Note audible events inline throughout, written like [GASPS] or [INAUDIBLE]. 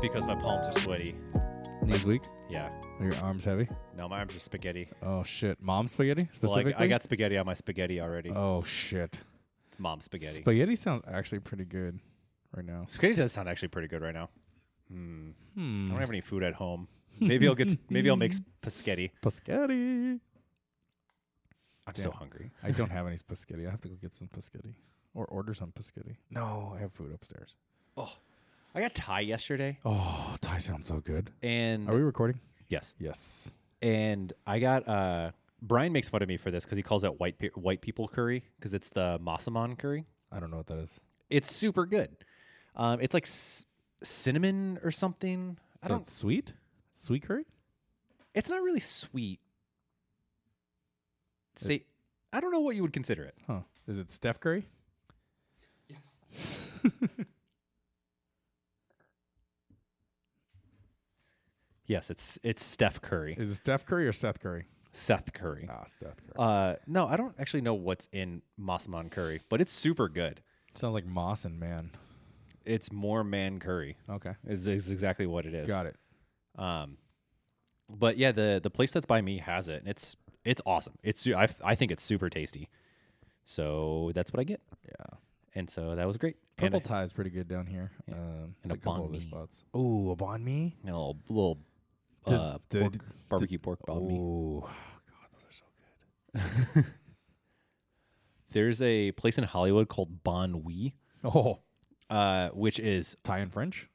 because my palms are sweaty. Knees weak? Yeah. Are your arms heavy? No, my arms are spaghetti. Oh shit! Mom spaghetti Well, specifically. I, I got spaghetti on my spaghetti already. Oh shit! it's mom spaghetti. Spaghetti sounds actually pretty good right now. spaghetti does sound actually pretty good right now. I Hmm. don't have any food [LAUGHS] at home. Maybe I'll get. s- Maybe I'll make spaghetti. Spaghetti. I'm so Damn. hungry. I don't have any spaghetti. I have to go get some spaghetti or order some spaghetti. No, I have food upstairs. I got Thai yesterday, Oh, Thai sounds so good. and Are we recording? yes, Yes. and I got. uh Brian makes fun of me for this because he calls it white pe- white people curry because it's the masaman curry. I don't know what that is. It's super good. Um, it's like s- cinnamon or something. I So don't. it's sweet? Sweet curry? It's not really sweet. Say, I don't know what you would consider it. Huh. Is it Steph Curry? Yes. yes, it's it's Steph Curry, Is it Steph Curry or Seth Curry? Seth Curry. Ah, Steph Curry. Uh, no, I don't actually know what's in Massaman curry, but it's super good. sounds like Moss and Man. It's more man curry. Okay. Is, is exactly what it is. Got it. Um, but yeah, the the place that's by me has it, and it's it's awesome. It's su- I f- I think it's super tasty. So that's what I get, Yeah. and so that was great. And, Purple I- Thai is pretty good down here. Yeah. Um, And there's a banh other mi. spots. Ooh, a banh mi? and a little little Did- uh, did- pork- did- barbecue pork banh mi. Ooh. God, those are so good. There's a place in Hollywood called Bon Oui, Oh, uh, which is Thai and French?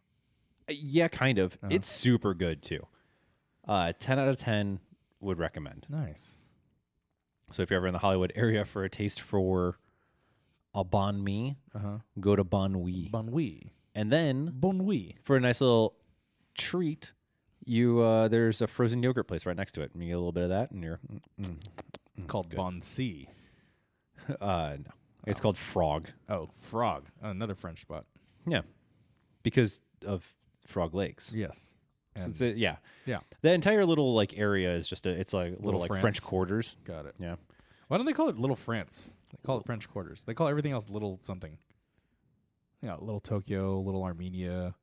Uh, Yeah, kind of. Uh-huh. It's super good too. Uh, ten out of ten would recommend. Nice. So if you're ever in the Hollywood area for a taste for a bon mi, Uh-huh. go to Bon Oui, Bon oui. and then Bon oui. for a nice little treat, you uh, there's a frozen yogurt place right next to it, and you get a little bit of that, and you're mm, called Bon C. mm. uh, no, it's called Frog. Oh, Frog. Another French spot. Yeah, because of Frog Lakes. Yes. So And- it's a- yeah, yeah. the entire little like area is just a it's like little, Little like France. French quarters. Got it. Yeah. Why don't they call it Little France? They call it French Quarters. They call everything else Little something. Yeah, Little Tokyo, Little Armenia.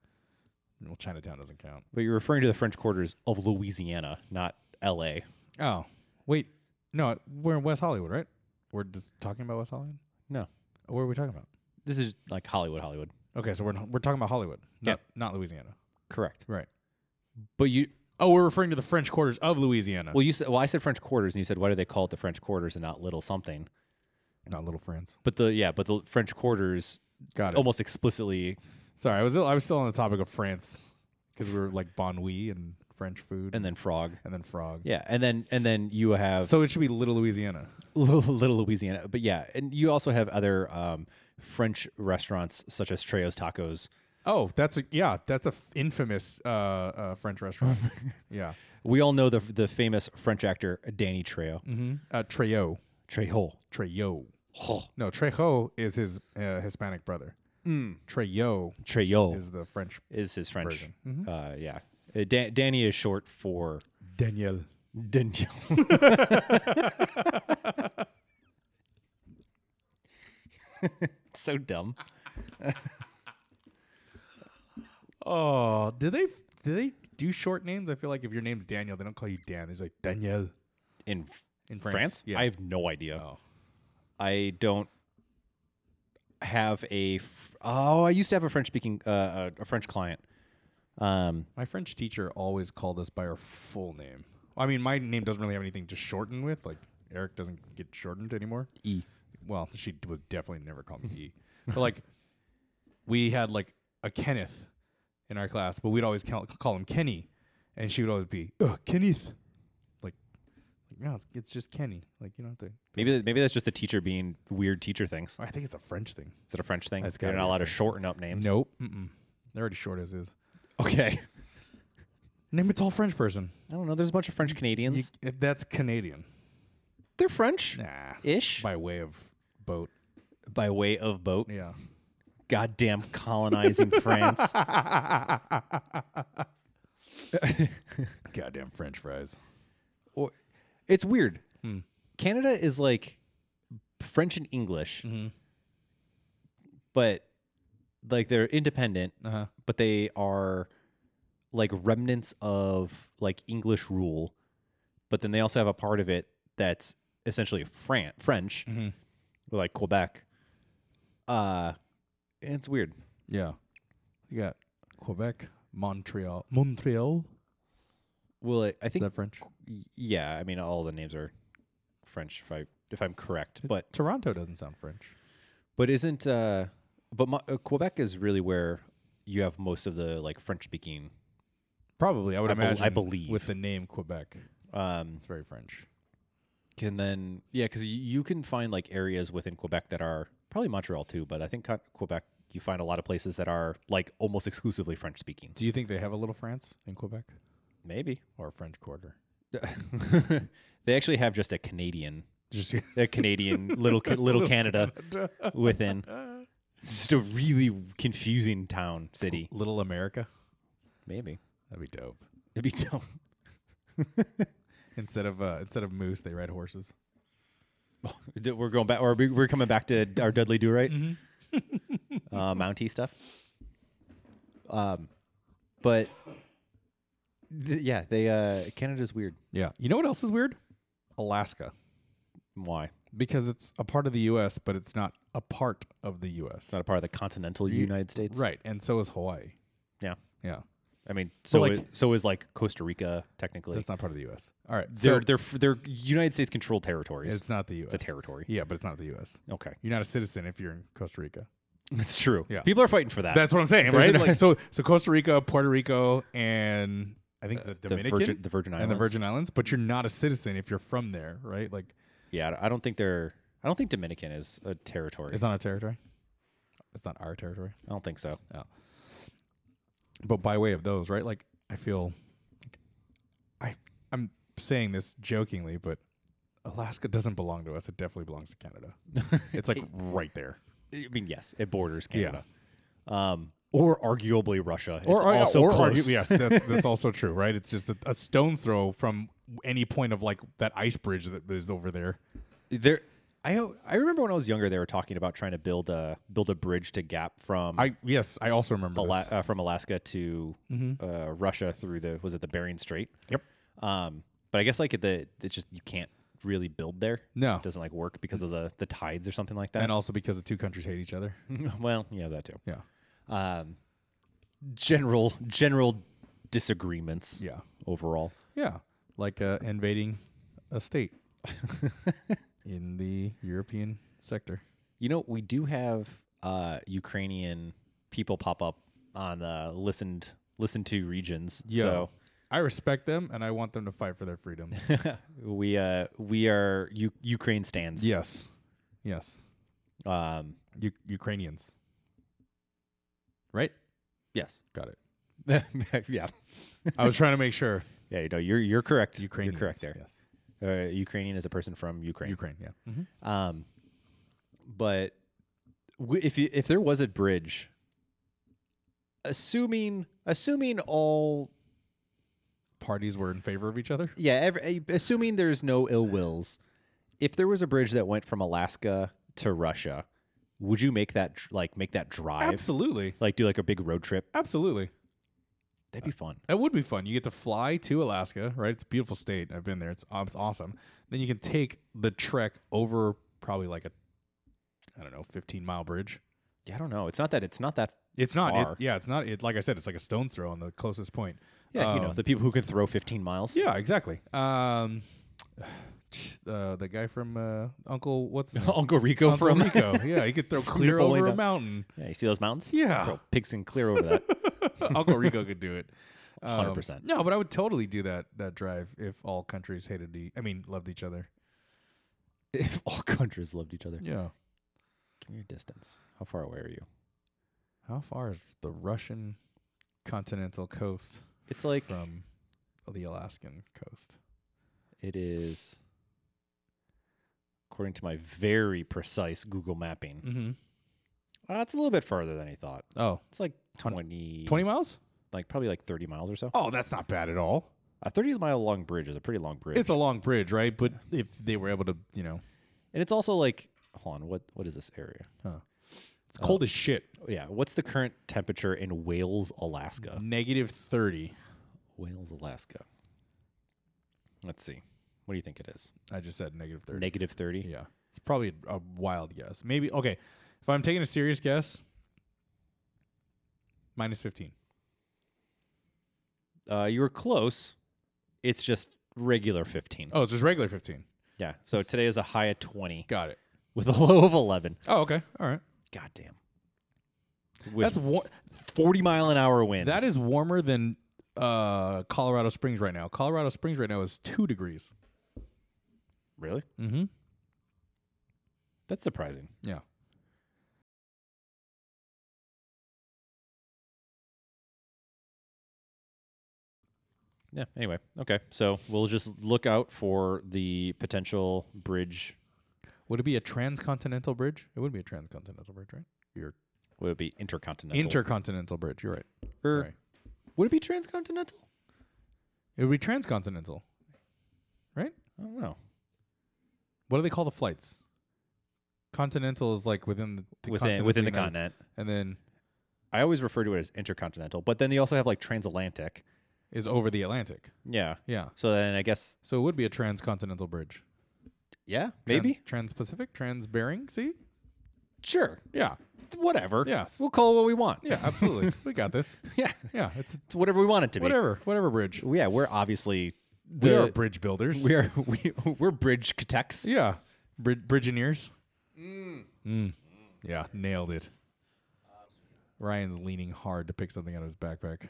Well, Chinatown doesn't count. But you're referring to the French quarters of Louisiana, not L.A. Oh, wait. No, we're in West Hollywood, right? We're just talking about West Hollywood? Oh, No, What are we talking about? this is like Hollywood, Hollywood. Okay, so we're, we're talking about Hollywood, not, Yeah. not Louisiana. Correct. Right. But you, Oh, we're referring to the French Quarters of Louisiana. well, you said, well, I said French quarters, and you said, why do they call it the French quarters and not Little Something? not Little France. But the yeah, but the French quarters Got it. almost explicitly, Sorry, I was I was still on the topic of France because we were like Bon Oui and French food, and and, then frog. then frog. Yeah, and then and then you have So it should be Little Louisiana. [LAUGHS] Little Louisiana, but yeah, and you also have other um, French restaurants such as Trejo's Tacos, Oh, that's a yeah, that's a f- infamous uh, uh, French [LAUGHS] restaurant. yeah, We all know the the famous French actor Danny Trejo. mm-hmm. uh, Trejo, Trejo. Trejo. Oh, No, Trejo is his uh, Hispanic brother. Hmm. Trejo Trejo is, is the French his French. version. Mhm. Uh, yeah. Uh, Dan- Danny is short for Daniel. [LAUGHS] Daniel. [LAUGHS] so dumb. Oh, do they do they do short names? I feel like if your name's Daniel, they don't call you Dan. It's like Daniel In in France. France? Yeah. I have no idea. Oh. I don't have a. Fr- oh, I used to have a French speaking, uh, a, a French client. Um, My French teacher always called us by our full name. I mean, my name doesn't really have anything to shorten with. Like Eric doesn't get shortened anymore. e. Well, she would definitely never call me E. But like, [LAUGHS] we had like a Kenneth in our class, but we'd always call, call him Kenny, and she would always be Ugh, Kenneth. Like, like, no, it's, it's just Kenny. Like you don't have to. Maybe th- maybe that's just the teacher being weird. Teacher things. I think it's a French thing. Is it a French thing? That's They're gotta not be a allowed to shorten up names. Nope. Mm-mm. They're already short as is. [LAUGHS] Okay. Name a tall French person. I don't know. There's a bunch of French Canadians. You, that's Canadian. They're French Nah. ish By way of boat. by way of boat. Yeah. Goddamn colonizing France. Goddamn French fries. [LAUGHS] Or, it's weird. Canada is like French and English, but like they're independent, Uh huh. but they are like remnants of like English rule, but then they also have a part of it that's essentially Fran- French, Mhm. or like Quebec. Uh, it's weird. Yeah. You got Quebec, Montreal. Montreal? Well, I, I Is think that French? y- yeah. I mean, all the names are French. If I if I'm correct, It- but Toronto doesn't sound French. But isn't uh, but Mo- uh, Quebec is really where you have most of the like French speaking. Probably, I would I bel- I imagine. believe. with the name Quebec, Um, it's very French. can then yeah, because you can find like areas within Quebec that are probably Montreal too, but I think Con- Quebec you find a lot of places that are like almost exclusively French speaking. Do you think they have a little France in Quebec [LAUGHS] Maybe or a French Quarter? they actually have just a Canadian, Just a [LAUGHS] Canadian little ca- little, Canada, within. It's just a really confusing town city. [LAUGHS] Little America. Maybe That'd be dope. it'd be dumb. [LAUGHS] Instead of uh, instead of moose, they ride horses. D- We're going back, or we- we're coming back to our Dudley Do Right, Mm-hmm. [LAUGHS] uh, [LAUGHS] Mountie stuff. Um, but th- yeah, they uh, Canada's weird. Yeah. You know what else is weird? Alaska, Why? because it's a part of the U.S., but it's not a part of the U.S. It's not a part of the continental United States, right, and so is Hawaii. Yeah. Yeah, I mean, so like- is, so is like Costa Rica technically. that's not part of the U.S. All right, they're so they're f- they're United States controlled territories. it's not the U.S. It's a territory. Yeah, but it's not the U.S. Okay, You're not a citizen if you're in Costa Rica. that's true. Yeah. people are fighting for that. That's what I'm saying, Uh, There's right? an- like so, so Costa Rica, Puerto Rico, and I think the Uh, the Dominican Virgin, the Virgin Islands. and the Virgin Islands. But you're not a citizen if you're from there, right? Like Yeah, I don't- I don't think they're. I don't think Dominican is a territory. it's not a territory. It's not our territory. I don't think so. But by way of those, right? Like I feel, like, I I'm saying this jokingly, but Alaska doesn't belong to us. It definitely belongs to [LAUGHS] Canada. it's like right there. I mean, yes, it borders Canada, um, or arguably Russia. It's or, oh, also or close. argu- yes, that's [LAUGHS] that's also true, right? It's just a, a stone's throw from any point of like that ice bridge that is over there. There, I ho- I remember when I was younger, they were talking about trying to build a build a bridge to gap from I yes, I also remember Ala- this. uh, from Alaska to Mm-hmm. uh, Russia through the was it the Bering Strait? Yep. Um, but I guess like the it's just you can't really build there. No. it doesn't like work because of the the tides or something like that. And also because the two countries hate each other. [LAUGHS] well, yeah, that too. Yeah. Um, general general disagreements. Yeah. Overall, Yeah. Like uh, invading a [LAUGHS] state in the European sector. You know, we do have uh, Ukrainian people pop up on uh, listened listen to regions. So I respect them and I want them to fight for their [LAUGHS] freedoms. we uh, we are U- Ukraine stands. yes. Yes. Um, U- Ukrainians. Right? yes. Got it. [LAUGHS] yeah. I was trying to make sure. Yeah. You know, you're you're correct. Ukrainians. You're correct there. Yes. Uh, Ukrainian is a person from Ukraine. Ukraine, yeah. Um, but w- if you, if there was a bridge, assuming assuming all Parties were in favor of each other. Yeah, every, eh, assuming there's no ill wills, if there was a bridge that went from Alaska to Russia, would you make that dr- like make that drive? Absolutely. Like do like a big road trip? Absolutely. That'd be fun. That would be fun. You get to fly to Alaska, right? It's a beautiful state. I've been there. It's, aw- it's awesome. Then you can take the trek over probably like a, I don't know, 15 mile bridge. Yeah, I don't know. It's not that it's not that. It's not. Far. It, yeah, it's not. It like I said, it's like a stone's throw on the closest point. Yeah, you know Um, the people who can throw 15 miles. [LAUGHS] yeah, exactly. Um, [SIGHS] uh, the guy from uh, Uncle what's his name? [LAUGHS] Uncle Rico Uncle from. Rico. Yeah, he could throw clear Napoleon over a down. mountain. [LAUGHS] Yeah, you see those mountains? Yeah. Throw pigs can clear over that. [LAUGHS] Uncle Rico could do it. Um, 100%. No, but I would totally do that that drive if all countries hated e- I mean loved each other. if all countries loved each other. Yeah. Give me your distance. How far away are you? How far is the Russian continental coast It's like from the Alaskan coast? it is. According to my very precise Google mapping, Mm-hmm. uh, it's a little bit farther than I thought. Oh, It's like Twen- 20, 20 miles? like probably like 30 miles or so. Oh, that's not bad at all. A 30 mile long bridge is a pretty long bridge. It's a long bridge, right? But if they were able to, you know, and it's also like, hold on, what, what is this area? Oh, it's cold as shit. Mm, Yeah. What's the current temperature in Wales, Alaska? uh, Negative 30. Wales, Alaska. Let's see. What do you think it is? I just said negative 30. Negative 30? Yeah. It's probably a wild guess. Maybe, okay. If I'm taking a serious guess, minus 15. Uh, you were close. It's just regular 15. Oh, it's just regular 15. Yeah. So today is a high of 20 Got it. with a [LAUGHS] low of 11. Oh, okay. All right. God damn. With That's wa- 40 mile an hour winds. that is warmer than uh, Colorado Springs right now. Colorado Springs right now is two degrees. Really? Mm-hmm. That's surprising. Yeah. Yeah. Anyway. Okay. So we'll just look out for the potential bridge. Would it be a transcontinental bridge? It would be a transcontinental bridge, right? Your Would it be intercontinental? intercontinental bridge. Er, You're right. Or- Sorry. Would it be transcontinental? It would be transcontinental, right? I don't know. What do they call the flights? Continental is like within the, the within continents within the of United- continent. and then I always refer to it as intercontinental, but then they also have like transatlantic. is over the Atlantic. Yeah. Yeah. So then I guess So it would be a transcontinental bridge. yeah, Tran- maybe. Trans-Pacific, Trans-Bering. See? Sure. Yeah. Whatever. Yes. We'll call it what we want. Yeah. Absolutely. we got this. Yeah. Yeah. It's [LAUGHS] It's whatever we want it to be. whatever. Whatever bridge. Yeah, we're obviously the, we are bridge builders. [LAUGHS] we are we, we're bridge E architects. yeah. Brid- bridgeneers. Mm. Yeah. Nailed it. Ryan's leaning hard to pick something out of his backpack.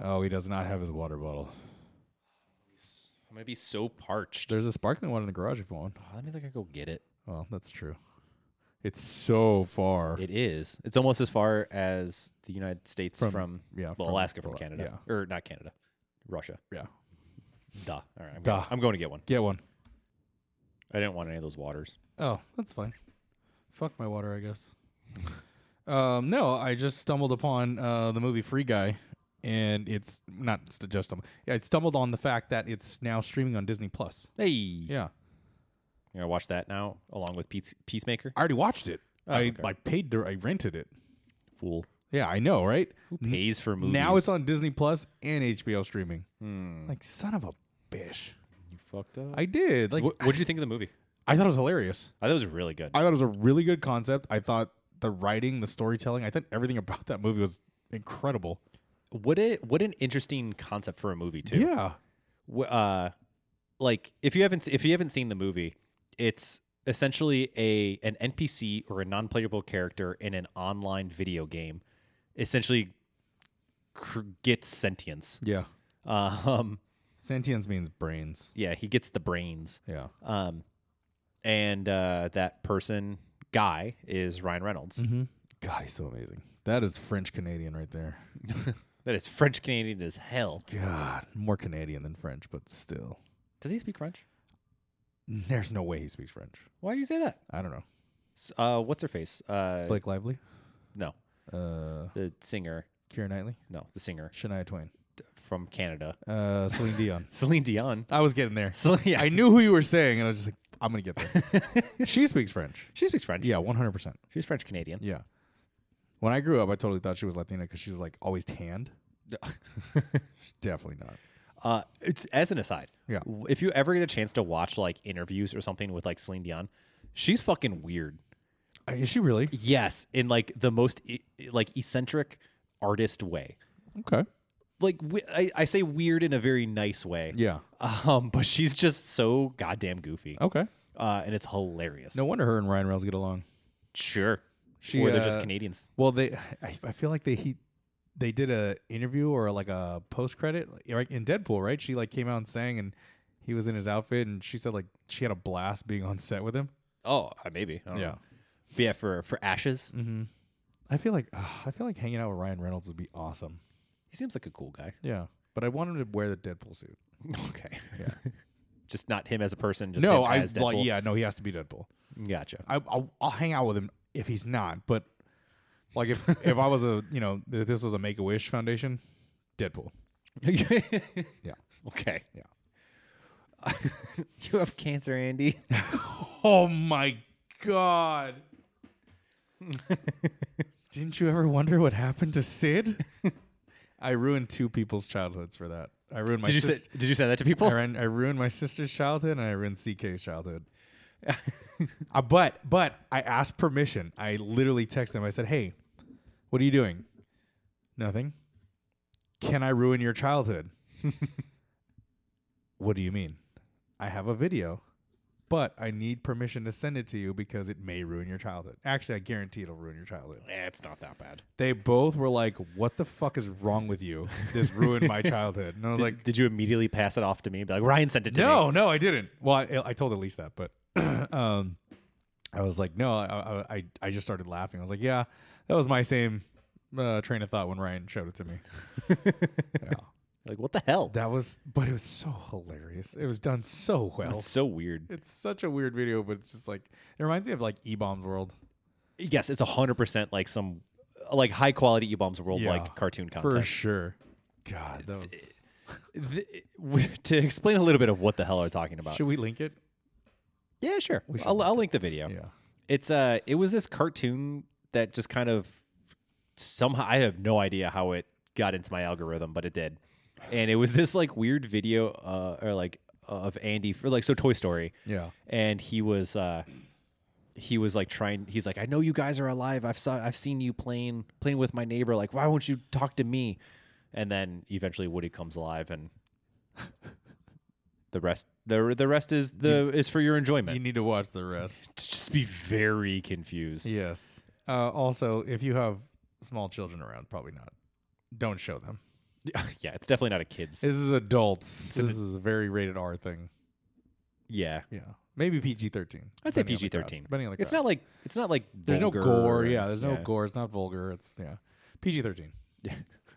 Oh, he does not have his water bottle. I'm gonna be so parched. There's a sparkling one in the garage if you want. Oh, let me think I go get it. Well, that's true. It's so far. It is. It's almost as far as the United States from, yeah, from- well, Alaska from well, Canada or not Canada, Russia. yeah. Duh. All right. I'm, Duh. Going, I'm going to get one. Get one. I didn't want any of those waters. Oh, that's fine. Fuck my water, I guess. Um, no, I just stumbled upon uh, the movie Free Guy, and it's not st- just stumbled. Yeah, I stumbled on the fact that it's now streaming on Disney Plus. Hey. Yeah, You're gonna watch that now along with Peace, Peacemaker. I already watched it. I okay. I paid to I rented it. Fool. Oh, Yeah, I know, right? Pays for movies. Now it's on Disney Plus and HBO streaming. Like son of a bitch. You fucked up. I did. Like what did you think of the movie? I thought it was hilarious. I thought it was really good. I thought it was a really good concept. I thought the writing, the storytelling, I thought everything about that movie was incredible. what it what an interesting concept for a movie too. Yeah. w- uh like if you haven't if you haven't seen the movie it's essentially a an npc or a non-playable character in an online video game essentially cr- gets sentience [LAUGHS] Yeah. um Sentience means brains. yeah he gets the brains Yeah. um and uh that person guy is ryan reynolds Mm. Mm-hmm. God, he's so amazing. That is French Canadian right there. That is french canadian as hell God, more Canadian than French, but still. does he speak french There's no way he speaks French. why do you say that I don't know. S- uh what's her face uh Blake Lively? no Uh the singer Keira Knightley? no the singer Shania Twain. from canada Uh Celine Dion. Celine Dion. I was getting there. [LAUGHS] Celine, yeah, I knew who you were saying, and I was just like, I'm gonna get [LAUGHS] there. she speaks French. she speaks French. Yeah, one hundred percent. She's French Canadian. Yeah. When I grew up, I totally thought she was Latina because she's like always tanned. [LAUGHS] She's definitely not. Uh, it's as an aside. Yeah. w- If you ever get a chance to watch like interviews or something with like Celine Dion, she's fucking weird. Uh, Is she really? Yes, in like the most e- like eccentric artist way. Okay. Like we- I, I say weird in a very nice way. Yeah. Um, but she's just so goddamn goofy. Okay. Uh, and it's hilarious. No wonder her and Ryan Reynolds get along. sure. She, or they're just uh, Canadians. Well, they. I, I feel like they he, they did a interview or like a post credit like in Deadpool, right? She like came out and sang, and he was in his outfit, and she said like she had a blast being on set with him. Oh, uh, maybe. I don't know. But yeah. For for Ashes, Mm-hmm. I feel like ugh, I feel like hanging out with Ryan Reynolds would be awesome. he seems like a cool guy. Yeah, but I want him to wear the Deadpool suit. Okay. [LAUGHS] just not him as a person. Just no, him I as Deadpool. like yeah, no, he has to be Deadpool. Gotcha. [LAUGHS] I I'll, I'll hang out with him if he's not, but like if [LAUGHS] if I was a you know if this was a Make a Wish Foundation, Deadpool. Yeah. okay. Yeah. [LAUGHS] you have cancer, Andy. Oh my god. Didn't you ever wonder what happened to Sid? [LAUGHS] I ruined two people's childhoods for that. I ruined my [LAUGHS] Did you sis- say, did you send that to I, [LAUGHS] people? ran, I ruined my sister's childhood and I ruined CK's childhood. [LAUGHS] Uh, but but I asked permission. I literally texted him. I said, "Hey, what are you doing? Nothing. Can I ruin your childhood? [LAUGHS] what do you mean? I have a video, but I need permission to send it to you because it may ruin your childhood. Actually, I guarantee it'll ruin your childhood." Eh, it's not that bad. They both were like, "What the fuck is wrong with you? This ruined my childhood." And I was like, Did you immediately pass it off to me? Be like, Ryan sent it to me. no, no, I didn't. Well, I, I told Elise that, but [CLEARS THROAT] um, I was like, no, I, I, I just started laughing. I was like, yeah, that was my same uh, train of thought when Ryan showed it to me. yeah, Like, what the hell? that was, but it was so hilarious. It was done so well. That's so weird. It's such a weird video, but it's just like it reminds me of like E Bombs World Yes, it's hundred percent like some like high quality e-bombs world Yeah, like cartoon for content. sure. God, that was. Th- w- [LAUGHS] to explain a little bit of what the hell are talking about. Should we link it? yeah, sure. I'll, I'll link the video. It's uh, it was this cartoon that just kind of somehow I have no idea how it got into my algorithm, but it did. And it was this like weird video uh, or like of Andy for like so Toy Story. Yeah. and he was uh he was like trying he's like i know you guys are alive i've saw i've seen you playing playing with my neighbor like why won't you talk to me and then eventually woody comes alive and [LAUGHS] the rest the the rest is the is for your enjoyment You need to watch the rest. just be very [LAUGHS] confused Yes. Uh, also, if you have small children around, probably not. Don't show them. [LAUGHS] yeah it's definitely not a kids This is adults. This is a very rated R thing. yeah Yeah. Maybe PG thirteen. i'd say pg-13 Depending on the it's crowd. not like it's not like there's no vulgar gore. and- Yeah, there's no yeah. gore. It's not vulgar. It's yeah. PG thirteen. Yeah.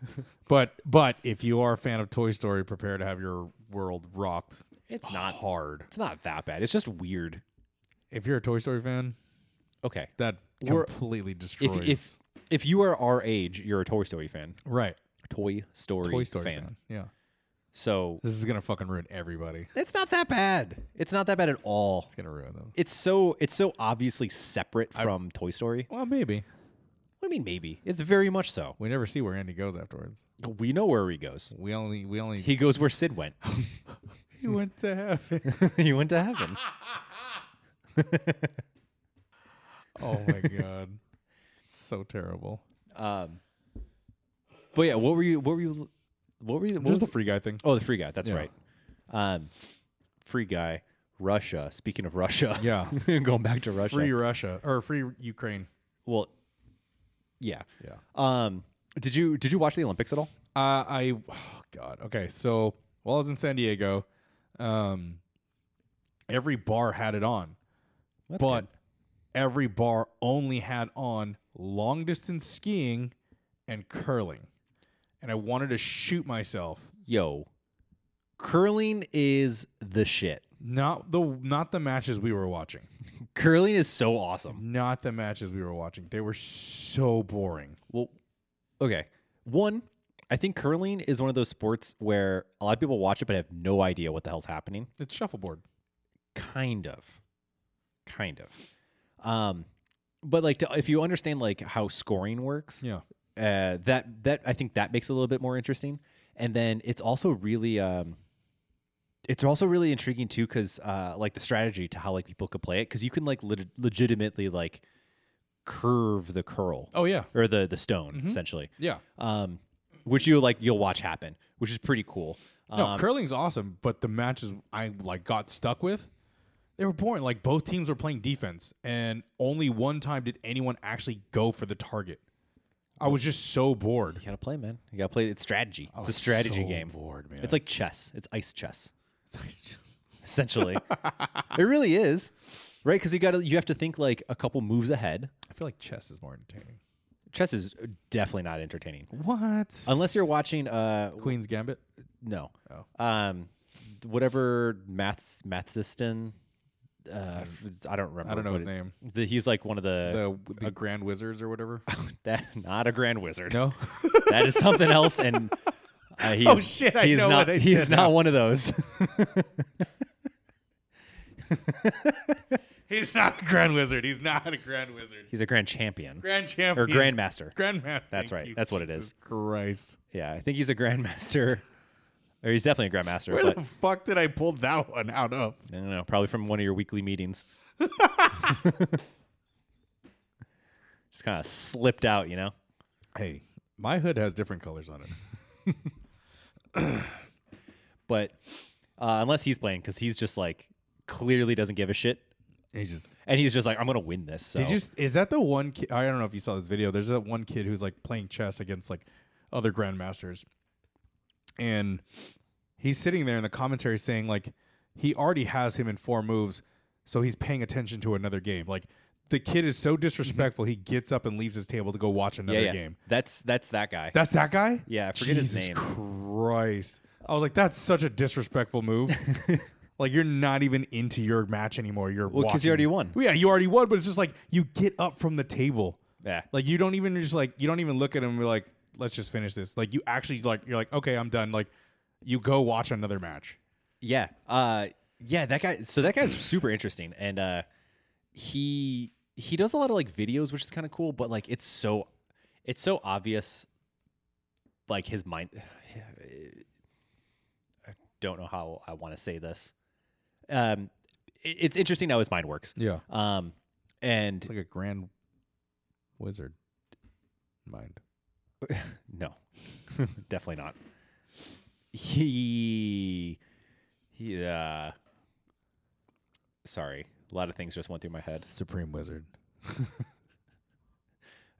[LAUGHS] but but if you are a fan of Toy Story, prepare to have your world rocked [SIGHS] it's not hard. it's not that bad it's just weird If you're a Toy Story fan, okay that We're- completely destroys if, if if you are our age you're a toy story fan right. Toy Story, Toy Story fan. fan. Yeah. So This is gonna fucking ruin everybody. it's not that bad. It's not that bad at all. It's gonna ruin them. It's so it's so obviously separate from Toy Story. Well, maybe. I mean, maybe it's very much so. We never see where Andy goes afterwards. We know where he goes. We only we only He goes where Sid went. [LAUGHS] he [LAUGHS] went to heaven. he went to heaven. oh my god, it's so terrible. Um, but yeah, what were you? What were you? What were you? What was Just the free guy thing. oh, the free guy. That's Yeah. right. Um, free guy. Russia. Speaking of Russia, Yeah, [LAUGHS] going back to Russia. free Russia or free Ukraine. Well, yeah. Yeah. Um, did you did you watch the Olympics at all? Uh, I oh god. Okay, so while I was in San Diego, um, every bar had it on, That's but every bar only had on long distance skiing and curling, and I wanted to shoot myself yo, curling is the shit. Not the not the matches we were watching. Curling is so awesome. Not the matches we were watching. They were so boring. Well, okay. One, I think curling is one of those sports where a lot of people watch it but have no idea what the hell's happening. It's shuffleboard. Kind of. Kind of. Um, but like to, if you understand like how scoring works, Yeah. uh, that that I think that makes it a little bit more interesting. And then it's also really um, it's also really intriguing too because uh, like the strategy to how like people could play it because you can like leg- legitimately like curve the curl Oh Mm-hmm. yeah. or the the stone essentially, Yeah. um, which you like you'll watch happen, which is pretty cool. No, Um, curling's awesome, but the matches I like got stuck with, they were boring. Like both teams were playing defense, and only one time did anyone actually go for the target. I was just so bored. you gotta play, man. You gotta play. It's strategy. It's a strategy Oh, so game. Bored, man. [LAUGHS] It's like chess. It's ice [LAUGHS] chess. It's just- essentially. it really is, right? Because you got to you have to think like a couple moves ahead. I feel like chess is more entertaining. Chess is definitely not entertaining What? unless you're watching. Uh, Queen's Gambit. no, Oh. um, whatever maths Mathsiston. Uh, I don't remember. I don't know what his name. The, he's like one of the, The the Grand Wizards or [LAUGHS] whatever. [LAUGHS] that, not a grand wizard. No. Oh, That is something [LAUGHS] else, and uh, he's, shit, I he's know not what I he's said not now. one of those. [LAUGHS] He's not a grand wizard. He's not a grand wizard. [LAUGHS] He's a grand champion Grand champion. or grandmaster. Grandmaster. That's right. That's what it is. Christ. Yeah, I think he's a [LAUGHS] grandmaster, or he's definitely a grandmaster. Where but the fuck did I pull that one out of? I don't know, probably from one of your [LAUGHS] weekly meetings. Just kind of slipped out, you know. Hey, my hood has different colors on it. But uh, unless he's playing, because he's just like clearly doesn't give a shit, He just and he's just like, I'm gonna win this. So. Did you? s- Is that the one? Ki- I don't know if you saw this video. There's that one kid who's like playing chess against like other grandmasters, and he's sitting there in the commentary saying like he already has him in four moves, so he's paying attention to another game. Like the kid is so disrespectful, he gets up and leaves his table to go watch Yeah, another yeah. game. That's that's that guy. That's that guy. Yeah, I forget his Jesus name. Christ! I was like, that's such a disrespectful [LAUGHS] move. like you're not even into your match anymore. You're Well, 'cause you watching- already won. Well, yeah, you already won, but it's just like you get up from the table. yeah. Like you don't even just like you don't even look at him and be like, let's just finish this. Like you actually like you're like, okay, I'm done. Like you go watch another match. Yeah. Uh yeah, that guy so that guy's super interesting and uh he he does a lot of like videos which is kind of cool, but like it's so it's so obvious like his mind [SIGHS] I don't know how I want to say this. Um it- it's interesting how his mind works. Yeah. Um and It's like a grand wizard mind. No, [LAUGHS] definitely not. He, he, uh, sorry. A lot of things just went through my head. Supreme wizard.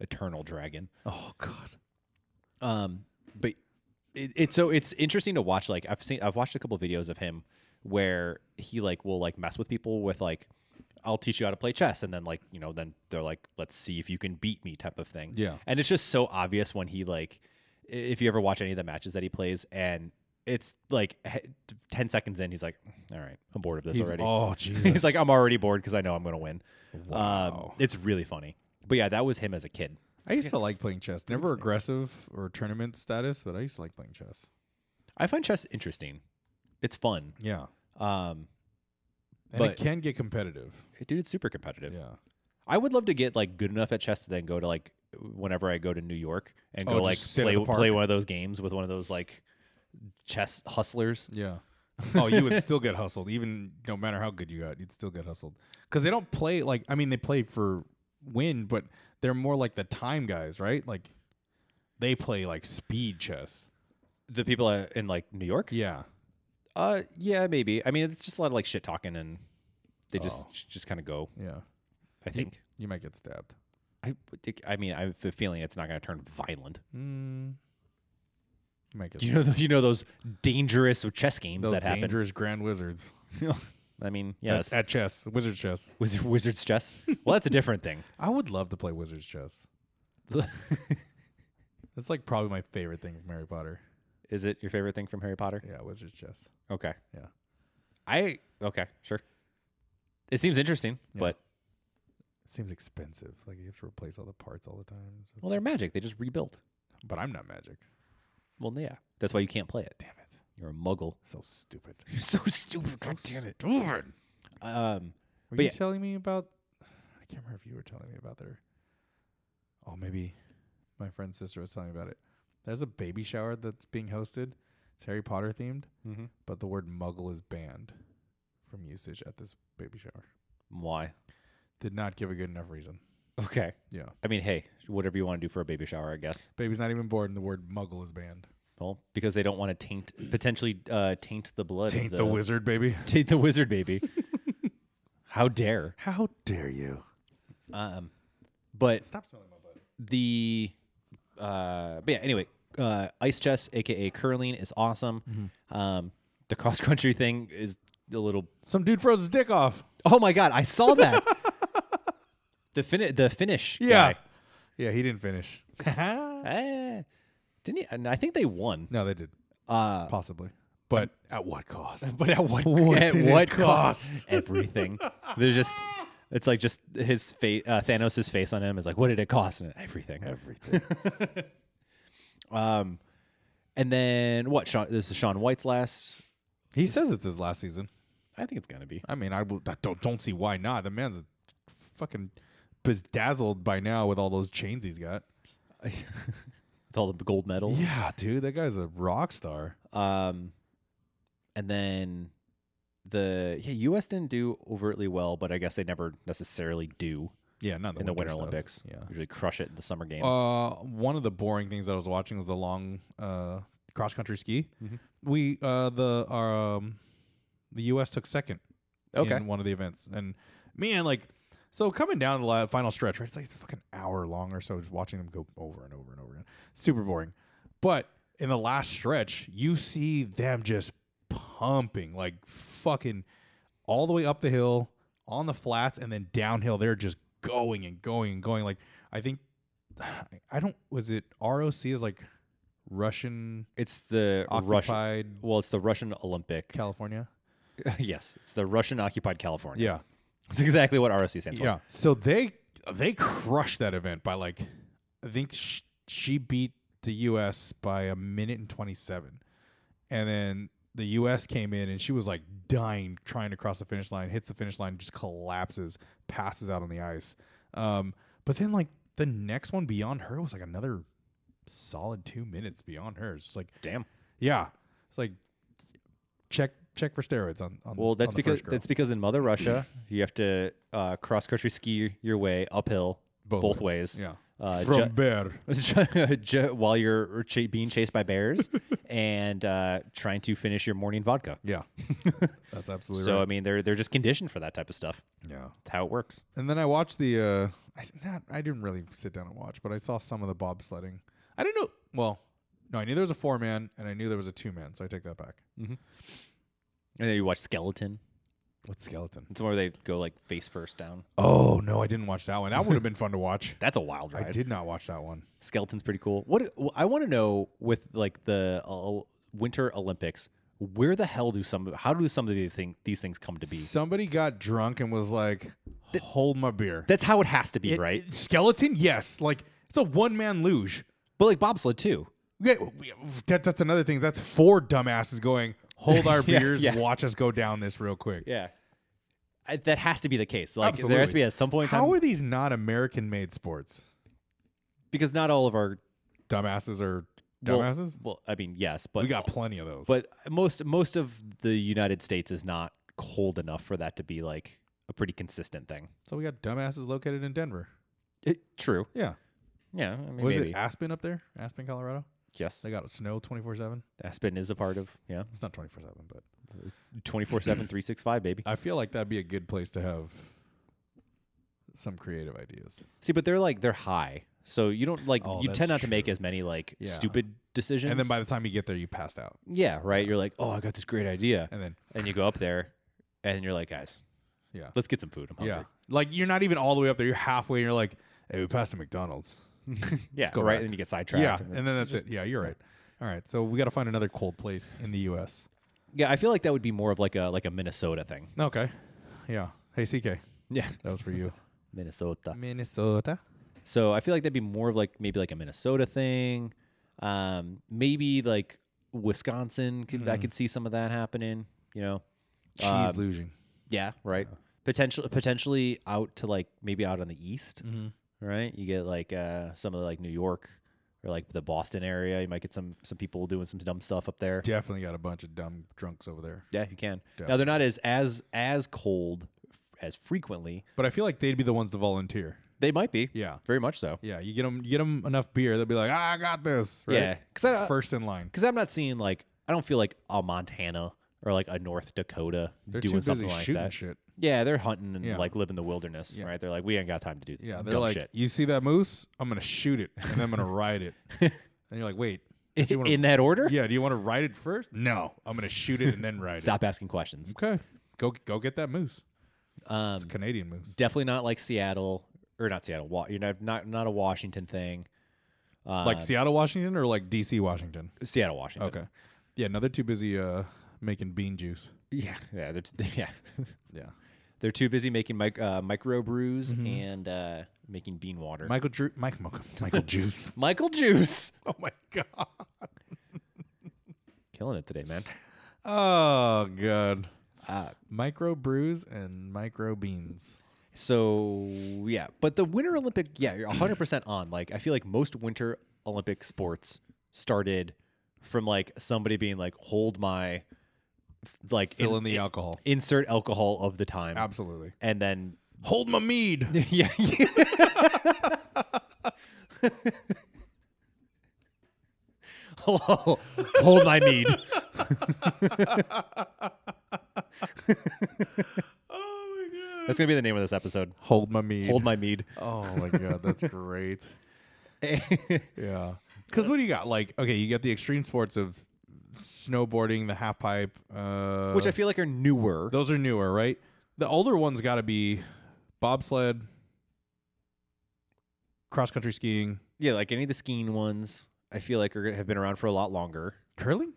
Eternal dragon. Oh god. Um, but it, it's so it's interesting to watch. Like I've seen, I've watched a couple videos of him where he like will like mess with people with like, I'll teach you how to play chess, and then like you know then they're like, let's see if you can beat me type of thing. Yeah. and it's just so obvious when he like, i- if you ever watch any of the matches that he plays, and it's like he- ten seconds in, he's like, all right, I'm bored of this He's, already. [LAUGHS] oh Jesus. he's like, I'm already bored because I know I'm gonna win. Um, Wow. it's really funny. But yeah, that was him as a kid. I used to like playing chess. Never aggressive or tournament status, but I used to like playing chess. I find chess interesting. It's fun. Yeah. Um, And But- it can get competitive. dude, it's super competitive. Yeah. I would love to get like good enough at chess to then go to like whenever I go to New York and Oh, go like just sit at play the park. play one of those games with one of those like chess hustlers. Yeah. [LAUGHS] oh, you would still get hustled, even no matter how good you got, you'd still get hustled. Because they don't play like I mean, they play for win, but they're more like the time guys, right? Like they play like speed chess. The people uh, in like New York. Yeah. Uh, yeah, maybe. I mean, it's just a lot of like shit talking and they just Oh. just kind of go. Yeah. I think. You might get stabbed. I I mean, I have a feeling it's not going to turn violent. [LAUGHS] Mm. You might get You know, you know those dangerous chess games those that happen. dangerous grand wizards [LAUGHS] I mean, at- yes, at, chess, wizard chess. Wizard, wizard's chess. Well, that's a [LAUGHS] different thing. [LAUGHS] I would love to play wizard's chess. That's like probably my favorite thing from Harry Potter. Is it your favorite thing from Harry Potter? Yeah, wizard's chess. Okay. Yeah. I okay, sure. It seems interesting, Yeah. but Seems expensive. Like you have to replace all the parts all the time. So it's- well, they're magic. They just rebuild. but I'm not magic. Well, yeah, that's why you can't play it. Damn it. You're a muggle. So stupid. [LAUGHS] You're so stupid. God damn it. Stupid. Um, Were But you yeah. telling me about? I can't remember if you were telling me about their. Oh, maybe my friend's sister was telling me about it. There's a baby shower that's being hosted. It's Harry Potter themed, Mm-hmm. but the word muggle is banned from usage at this baby shower. why? Did not give a good enough reason. Okay. Yeah. I mean, hey, whatever you want to do for a baby shower, I guess. Baby's not even born, and the word muggle is banned. Well, because they don't want to taint potentially uh, taint the blood. of Taint the, the wizard, baby. [LAUGHS] Taint the wizard [LAUGHS] baby. How dare? How dare you? Um, but Stop smelling my butt. the uh but yeah anyway uh ice chess aka curling is awesome Mm-hmm. um the cross country thing is a little Some dude froze his dick off. oh my god i saw [LAUGHS] that the fin the finish Yeah. guy. Yeah, he didn't [LAUGHS] finish. no, Eh, didn't he and i think they won they did. uh Possibly. But [LAUGHS] at what [LAUGHS] cost? but at what, [LAUGHS] at did it what cost? everything there's just it's like just his face uh, thanos's face on him is like what did it cost and everything Everything. [LAUGHS] um and then what sean this is sean white's last he says it's his last season. I think it's gonna be. I mean, I, will, I don't don't see why not. The man's fucking bedazzled by now with all those chains he's got. [LAUGHS] With all the gold medals. Yeah, dude, that guy's a rock star. Um, and then the yeah, U.S. didn't do overtly well, but I guess they never necessarily do Yeah, not the in the winter Winter stuff. Olympics. Yeah. usually crush it in the Summer Games. Uh, one of the boring things that I was watching was the long uh, cross country ski. We uh, the our, um, the U.S. took second Okay. in one of the events, and man, like so coming down the la- final stretch, right? It's like it's a fucking hour long or so, just watching them go over and over and over again. Super boring, but in the last stretch, you see them just pumping like fucking all the way up the hill on the flats and then downhill they're just going and going and going like i think [SIGHS] I don't. Was it ROC is like Russian it's the Russian. occupied Well, it's the Russian Olympic. California? [LAUGHS] yes, it's the Russian occupied California. Yeah, It's exactly what ROC stands for. yeah. So they they crushed that event by like I think sh- she beat the U.S. by a minute and twenty seven, and then the U.S. came in and she was like dying trying to cross the finish line, hits the finish line, just collapses, passes out on the ice. Um, but then like the next one beyond her was like another solid two minutes beyond her. It's just like Damn. Yeah, it's like check check for steroids on. on Well, on that's the because first girl. that's because in [CLEARS THROAT] Mother Russia you have to uh, cross country ski your way uphill both, ways. Yeah, Uh, from ju- bear. [LAUGHS] Ju- while you're cha- being chased [LAUGHS] by bears and uh, trying to finish your morning vodka. [LAUGHS] Yeah, that's absolutely So I right. mean, they're they're just conditioned for that type of stuff. Yeah, That's how it works. and then I watched the. Uh, I s- not I didn't really sit down and watch, but I saw some of the bobsledding. I didn't know. Well, no, I knew there was a four man, and I knew there was a two man, so I take that back. And then you watch Skeleton. What skeleton? It's where they go like face first down. Oh no, I didn't watch that one. That would have been fun to [LAUGHS] watch. That's a wild I ride. did not watch that one. Skeleton's pretty cool. What well, I want to know with like the uh, Winter Olympics, where the hell do some how do some of these thing these things come to be? Somebody got drunk and was like, "Hold my beer." That's how it has to be, It- right? it- skeleton? Yes. Like it's a one man luge. But like bobsled too. Yeah, we- that, that's another thing. That's four dumbasses going, [LAUGHS] hold our Yeah, beers, yeah. watch us go down this real quick. Yeah. I, that has to be the case. Like Absolutely. there has to be at some point in time How are these not American made sports? because not all of our Dumbasses are well- dumbasses? Well, I mean, yes, but we got plenty of those. but most most of the United States is not cold enough for that to be like a pretty consistent thing. so we got dumbasses located in Denver. true. Yeah. Yeah. I mean, Was maybe. it Aspen up there? Aspen, Colorado? Yes. They got snow 24 7. Aspen is a part of [COUGHS] yeah. It's not 24 7, but 24/7 365 baby. I feel like that'd be a good place to have some creative ideas. See, but they're like they're high. So you don't like Oh, you that's tend not to make as many like Yeah. stupid decisions. And then by the time you get there, you passed out. yeah, right. You're like, "Oh, I got this great idea." And then, and you go up there and you're like, guys, yeah. let's get some food. I'm hungry. Yeah. Like you're not even all the way up there. You're halfway and you're like, hey, we passed a McDonald's. [LAUGHS] Yeah. go right. back. And then you get sidetracked. Yeah. and And then that's it. Yeah, you're right. All right. So we got to find another cold place in the U.S. yeah. I feel like that would be more of like a like a Minnesota thing. Okay. Yeah. Hey, CK. Yeah. That was for you. Minnesota. Minnesota. So I feel like that'd be more of like maybe like a Minnesota thing. Um, maybe like Wisconsin. Could, I could see some of that happening. You know. She's Uh, losing. Yeah. Right. Potential potentially out to like maybe out on the east. Right. You get like uh, some of like New York. Or like the Boston area, you might get some some people doing some dumb stuff up there. Definitely got a bunch of dumb drunks over there. Yeah, you can. Now they're not as as as cold f- as frequently. But I feel like they'd be the ones to volunteer. They might be. Yeah. very much so. Yeah. You get them. You get them enough beer. They'll be like, ah, I got this. Right? Yeah, 'cause I- first in line. Because I'm not seeing like I don't feel like a Montana or like a North Dakota They're doing too busy something like shooting that. shit. Yeah, they're hunting and Yeah. like living the wilderness, right? They're like, we ain't got time to do Yeah. dumb They're like, shit. you see that moose? I'm gonna shoot it and then I'm gonna ride [LAUGHS] it. And you're like, wait. In, you wanna- [LAUGHS] that order. Yeah, do you want to ride it first? No, I'm gonna shoot it and then [LAUGHS] ride Stop asking questions. it. Okay, go go get that moose, Um, Canadian moose. definitely not like Seattle or not Seattle. Wa- You're not not not a Washington thing. Uh, like Seattle, Washington, or like D.C., Washington. Seattle, Washington. Okay, yeah, no, they're too busy uh, making bean juice. Yeah, yeah, they're t- [LAUGHS] yeah. Yeah, Mm-hmm. They're too busy making mic- uh, micro brews and uh, making bean water. Michael Drew, Mike, Michael, [LAUGHS] Michael [LAUGHS] Juice. Michael Juice, Oh my god. killing it today, man. Oh god. Uh, Micro brews and micro beans. so yeah, but the Winter Olympic, yeah, you're 100 percent on. Like I feel like most Winter Olympic sports started from like somebody being like, hold my, like Fill in- in the alcohol. insert alcohol of the time, Absolutely. [LAUGHS] and then Hold my [LAUGHS] mead. yeah. Hello, hold my mead. oh my god. That's gonna be the name of this episode. Hold my mead. Hold my mead. Oh [LAUGHS] my god, that's great. Yeah. Because what do you got? Like, okay, you got the extreme sports of snowboarding, the half pipe, uh, [LAUGHS] Which I feel like are newer. those are newer, right? The older ones got to be bobsled, cross country skiing, Yeah, like any of the skiing ones, I feel like are, have been around for a lot longer. curling.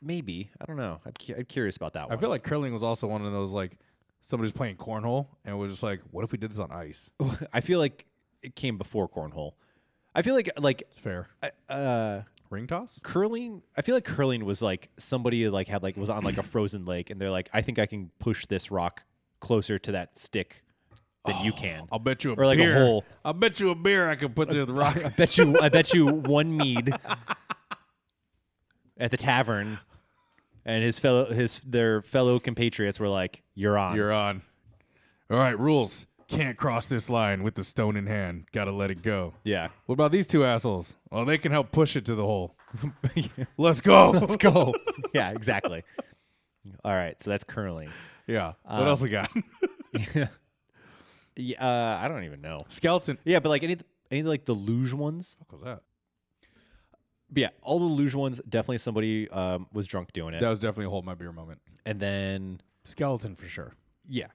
Maybe I don't know. I'm, cu- I'm curious about that I one. feel like curling was also one of those like somebody's playing cornhole and was just like, what if we did this on ice? [LAUGHS] I feel like it came before cornhole. I feel like like It's fair. I- uh, Ring toss. curling. I feel like curling was like somebody like had like was on like a frozen lake, and they're like, I think I can push this rock closer to that stick than Oh. you can. I'll bet you a Or like a beer. hole. I'll bet you a beer I could put this [LAUGHS] rock. I bet you. I bet you one mead at the tavern, and his fellow his their fellow compatriots were like, "You're on." You're on. All right, rules. Can't cross this line with the stone in hand. Gotta let it go. yeah. What about these two assholes? Well, they can help push it to the [LAUGHS] hole. Let's go. [LAUGHS] Let's go. yeah. Exactly. All right. So that's curling. yeah. what else we [LAUGHS] got? Yeah. Uh, I don't even know. Skeleton. Yeah, but like any any like the luge ones. What was that? But yeah, all the luge ones. Definitely somebody um, was drunk doing it, That was definitely a hold my beer moment. and then Skeleton for sure. yeah,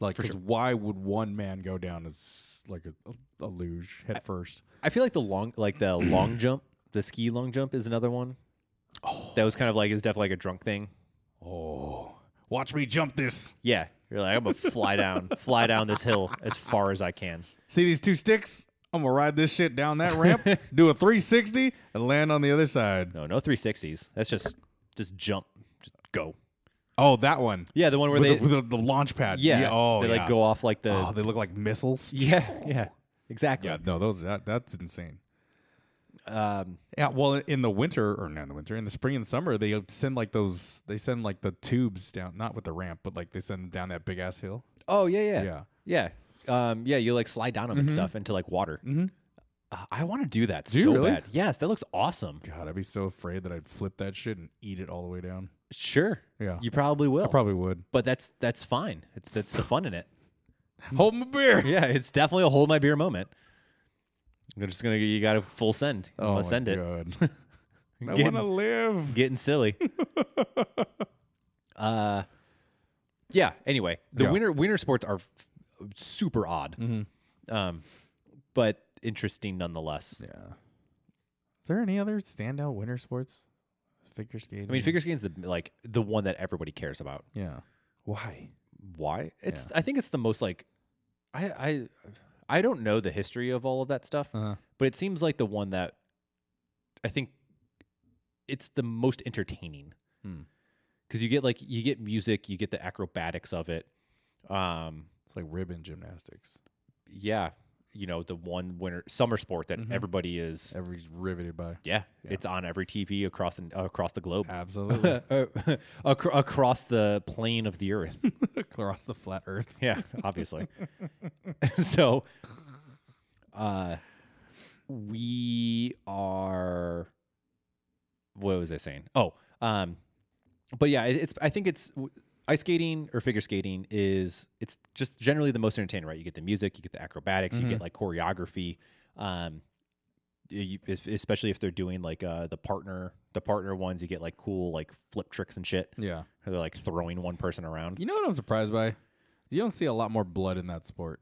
Like, because why would one man go down as like a, a luge head first? I feel like the long [CLEARS THROAT] like the long jump, the ski long jump is another one. That was kind of like it was definitely like a drunk thing. Oh, watch me jump this. Yeah. You're like, I'm [LAUGHS] gonna fly down, fly down this hill as far as I can. See these two sticks? I'm gonna ride this shit down that [LAUGHS] ramp, do a 360, and land on the other side. No, no 360s. That's just just jump, just go. Oh, that one. Yeah, the one where with, they, the, with the, the launch pad. yeah, Oh, they yeah. like go off like the, Oh, they look like missiles. yeah, yeah, exactly. Yeah. No, those that, that's insane. Um, Yeah. Well, in the winter, or not in the winter, in the spring and summer, they send like those. They send like the tubes down, not with the ramp, but like they send them down that big ass hill. oh yeah, Yeah. yeah, yeah, yeah. Um, yeah, you like slide down them and stuff into like water. Uh, I want to do that you so really? bad. Yes, that looks awesome. God, I'd be so afraid that I'd flip that shit and eat it all the way down. Sure. Yeah. You probably will. I probably [LAUGHS] would. but that's that's fine. It's that's the fun in it. Hold my beer. [LAUGHS] Yeah, it's definitely a hold my beer moment. You're just gonna you got to full send. You must send it. Oh, [LAUGHS] God. I Get- want to live. [LAUGHS] getting silly. uh, yeah. Anyway, the Yeah. winter winter sports are f- super odd, um, but interesting nonetheless. Mm-hmm. Yeah. Are there any other standout winter sports? Figure skating. I mean, figure skating's the like the one that everybody cares about. Yeah. Why? Why? It's I think it's the most like I I I don't know the history of all of that stuff, Uh-huh. but it seems like the one that I think it's the most entertaining Hmm. because you get like you get music, you get the acrobatics of it. Um, It's like ribbon gymnastics. yeah, you know, the one winter summer sport that Mm-hmm. everybody is. Everybody's riveted by. Yeah, it's on every TV across the, across the globe, Absolutely. [LAUGHS] [LAUGHS] Uh, acro- across the plane of the earth. Across the flat earth. yeah, [LAUGHS] obviously. so, uh, we are. What was I saying? Oh, um, but yeah, it, it's. I think it's w- ice skating or figure skating is. It's just generally the most entertaining, right? You get the music, you get the acrobatics, you get like choreography. Um, you, if- especially if they're doing like uh the partner the partner ones, you get like cool like flip tricks and shit. Yeah. Where they're like throwing one person around. You know what I'm surprised by? You don't see a lot more blood in that sport.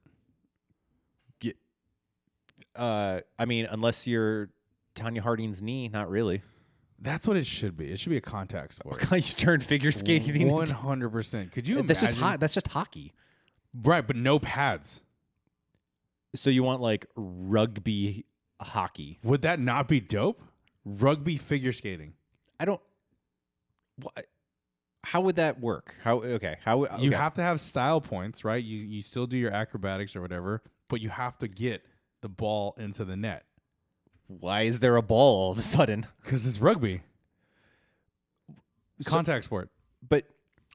uh, I mean, unless you're Tanya Harding's knee, not really. [LAUGHS] That's what it should be. It should be a contact sport. you turn figure [LAUGHS] skating. One into- hundred percent. Could you imagine? That's just hot. That's just hockey. Right, but no pads. So you want like rugby hockey? Would that not be dope? Rugby figure skating. I don't. What? how would that work? How okay? How would You okay. have to have style points, right? You you still do your acrobatics or whatever, but you have to get the ball into the net Why is there a ball all of a sudden? because it's rugby. Contact sport. But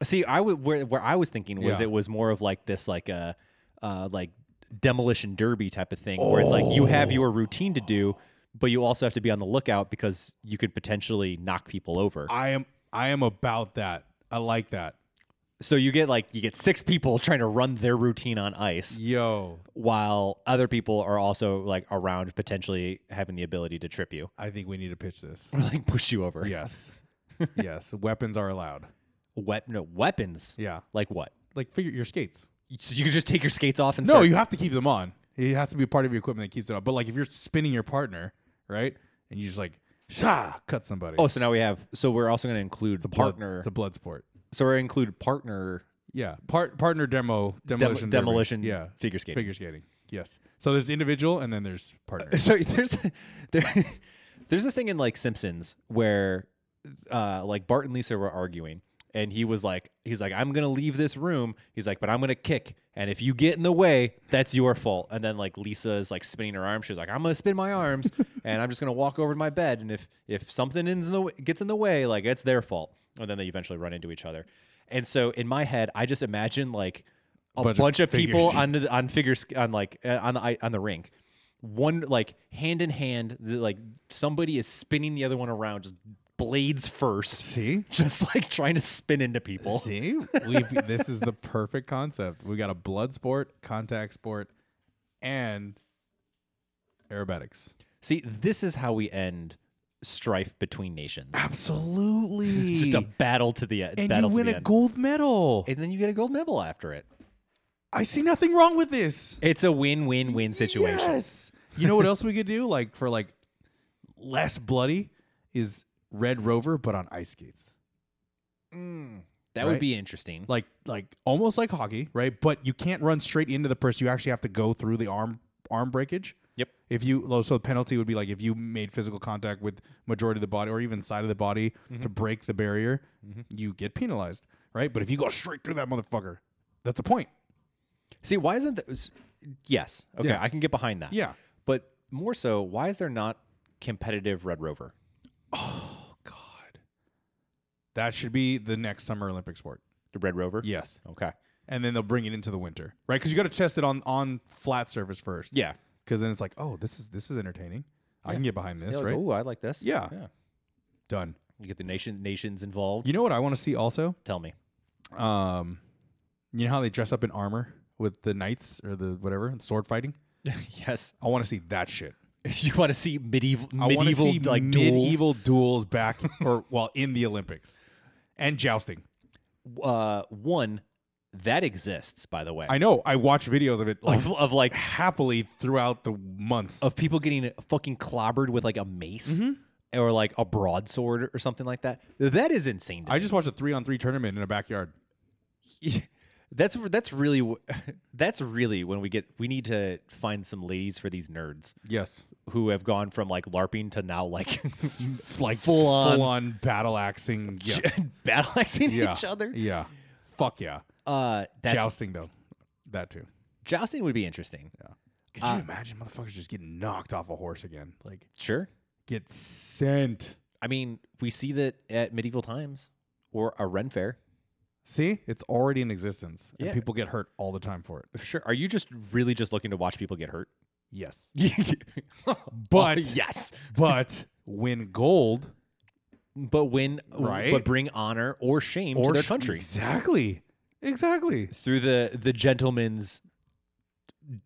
see, I would where where I was thinking was Yeah. it was more of like this like a uh, like demolition derby type of thing where it's like you have Oh. your routine to do, but you also have to be on the lookout because you could potentially knock people over. I am I am about that. I like that. So you get like you get six people [LAUGHS] trying to run their routine on ice Yo, while other people are also like around potentially having the ability to trip you [LAUGHS] I think we need to pitch this. or like push you over. [LAUGHS] Yes. yes. Weapons are allowed. Wep- no, weapons. Yeah. Like what? Like figure your skates. So you could just take your skates off and No, start- you have to keep them on. It has to be part of your equipment that keeps it on. But like if you're spinning your partner, right? And you just like sha cut somebody. Oh, so now we have. So we're also going to include Blood- partner. it's a blood sport. so we're include partner Yeah. Part partner demo dem- demolition derby. demolition. Yeah. figure skating. Figure skating. Yes. So there's individual and then there's partner. [LAUGHS] So there's there, [LAUGHS] there's this thing in like Simpsons where uh, like Bart and Lisa were arguing, and he was like, he's like, I'm gonna leave this room. He's like, but I'm gonna kick, and if you get in the way, that's your fault. And then like Lisa is like spinning her arms. She's like, I'm gonna spin my [LAUGHS] arms, and I'm just gonna walk over to my bed. And if if something in the w- gets in the way, like it's their fault. And then they eventually run into each other. And so in my head, I just imagine like a bunch, Bunch of of people figures. on the, on figures on like uh, on the i- on the rink one like hand in hand the, like somebody is spinning the other one around just blades first See? [LAUGHS] just like trying to spin into people [LAUGHS] See? We've, this is the perfect concept. We got a blood sport, contact sport, and aerobatics. see this is how we end strife between nations [LAUGHS] Absolutely. just a battle to the end and you battle to win the a end. gold medal. and then you get a gold medal after it I see nothing wrong with this. it's a win-win-win situation Yes. You know what else we could do? Like for like less bloody is Red Rover, but on ice skates. that Right. would be interesting Like like almost like hockey, right? But you can't run straight into the person. You actually have to go through the arm arm breakage. yep If you oh, so the penalty would be like if you made physical contact with majority of the body or even side of the body to break the barrier, you get penalized, right? But if you go straight through that motherfucker, that's a point. see why isn't that yes okay Yeah. i can get behind that Yeah. but more so why is there not competitive red rover God. That should be the next summer Olympic sport. the red rover Yes. okay And then they'll bring it into the winter, right? Because you got to test it on on flat surface first. yeah Because then it's like, oh, this is this is entertaining. I can get behind this, right? oh i like this Yeah. yeah Done. You get the nation nations involved. You know what I want to see also? Tell me. [LAUGHS] Um, you know how they dress up in armor with the knights or the whatever and sword fighting? yes. I want to see that shit. You want to see medieval I want to medieval see like medieval medieval [LAUGHS] duels back or well in the Olympics and jousting. uh one that exists by the way. I know. I watch videos of it like of, of like happily throughout the months. of people getting fucking clobbered with like a mace or like a broadsword or something like that. That is insane. To I just watched a three on three tournament in a backyard. me. that's that's really wh- [LAUGHS] that's really when we get we need to find some ladies for these nerds Yes, who have gone from like larping to now Mm, like [LAUGHS] like Full on- full on battle [LAUGHS] axing. Yes, battle axing yeah, each other. Yeah, fuck yeah, Uh that's jousting though, that too. jousting would be interesting. Could Uh, you imagine motherfuckers just getting knocked off a horse again? Like Sure. get sent. I mean, we see that at medieval times or a Ren fair. See, it's already in existence, Yeah. and people get hurt all the time for it. Sure. Are you just really just looking to watch people get hurt? Yes, [LAUGHS] but [LAUGHS] yes. but win [LAUGHS] gold But win, Right? but bring honor or shame to or their sh- [LAUGHS] country Exactly, exactly. through the the gentleman's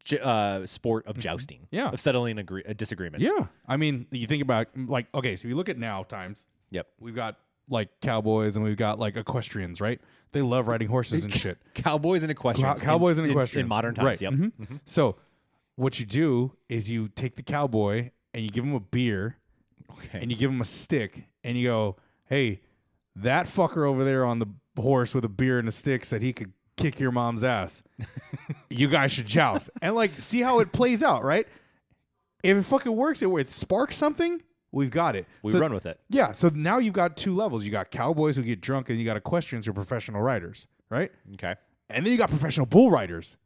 j- uh, sport of jousting. Yeah. Of settling agree- uh, disagreements. Yeah, I mean, you think about like okay, so if you look at now times. Yep. we've got like cowboys and we've got like equestrians, right? They love riding horses and [LAUGHS] shit. Cowboys and Cow- equestrians. in- cowboys and in- equestrians In, modern times. right? Yep. Mm-hmm. mhm. So, what you do is you take the cowboy and you give him a beer Okay. and you give him a stick and you go, "Hey, that fucker over there on the horse with a beer and a stick said he could kick your mom's [LAUGHS] ass. you guys should joust and like see how it plays out, right? If it fucking works, it, it sparks something. We've got it. We So- run with it. Yeah. So now you've got two levels. You got cowboys who get drunk, and you got equestrians who are professional riders, right? Okay. And then you got professional bull riders,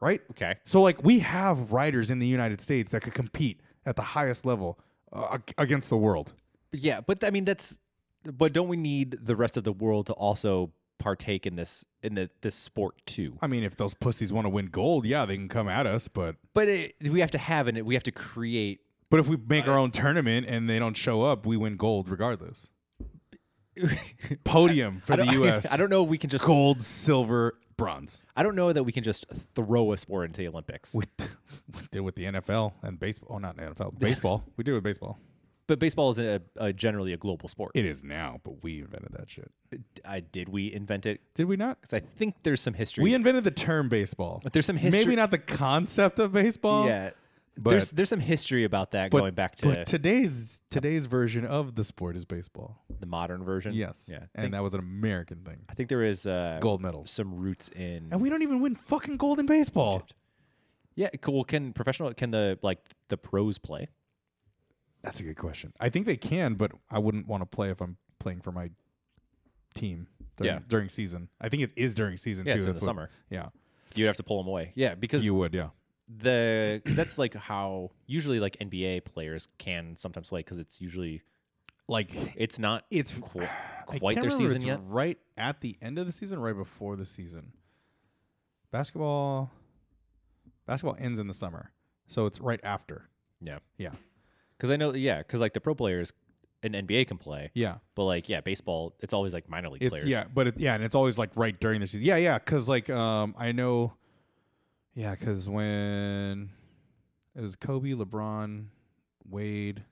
right? Okay. So like we have riders in the United States that could compete at the highest level uh, ag- against the world. Yeah, but I mean that's but don't we need the rest of the world to also partake in this in the this sport too? I mean, if those pussies want to win gold, yeah, they can come at us. But But it, we have to have in it. We have to create. but if we make our own tournament and they don't show up, we win gold [LAUGHS] regardless. Podium for [LAUGHS] I the don't- [LAUGHS] U.S. I don't know. if We can just. gold, silver, bronze. I don't know that we can just throw a sport into the Olympics. We, we did with the NFL and baseball. Oh, not NFL, baseball. we did with baseball. but baseball is a, a generally a global sport. It is now, but we invented that shit. I, did we invent it? Did we not? Because I think there's some history. We invented the term baseball. But there's some history- Maybe not the concept of baseball. yeah. but- there's there's some history about that going back to but today's today's version of the sport is baseball. the modern version. Yes. Yeah. I And think, that was an American thing. I think there is uh, Gold medals. some roots in. And we don't even win fucking gold in baseball. Yeah, cool. Can professional can the like the pros play? That's a good question. I think they can, but I wouldn't want to play if I'm playing for my team during, Yeah. during season. I think it is during season Yeah, too. it's in That's the what- summer. Yeah. You'd have to pull them away. Yeah, because You would, yeah. the because that's like how usually like NBA players can sometimes play because it's usually Like it's not it's qu- I quite can't their remember if season it's yet. Right at the end of the season, right before the season. Basketball basketball ends in the summer. So it's right after. Yeah, Yeah. because I know. Yeah, because like the pro players in NBA can play, Yeah. but like yeah, baseball it's always like minor league It's players. yeah, but it, yeah, and it's always like right during the season. Yeah, yeah, because like um, I know, yeah, because when it was Kobe, LeBron, Wade,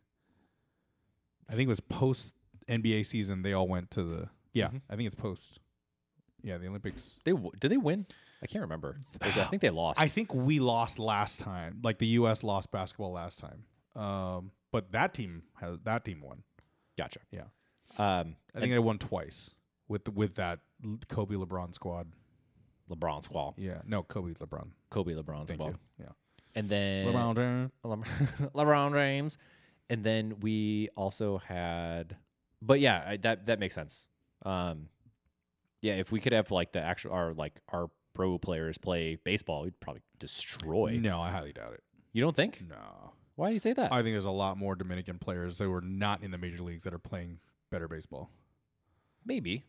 I think it was post NBA season. They all went to the yeah. Mhm. I think it's post. Yeah, the Olympics. They w- did they win? I can't remember. Like, I think they lost. I think we lost last time. Like the U.S. lost basketball last time. Um, but that team has that team won. gotcha. Yeah. Um, I think they won twice with with that L- Kobe LeBron squad. LeBron squall, Yeah, no Kobe LeBron. Kobe LeBron Thank squall, you. Yeah. and then Lem- [LAUGHS] LeBron James, and then we also had, but yeah, I, that that makes sense. Um, yeah, if we could have like the actual our like our pro players play baseball, we'd probably destroy. No, I highly doubt it. You don't think? No. Why do you say that? I think there's a lot more Dominican players that were not in the major leagues that are playing better baseball. Maybe.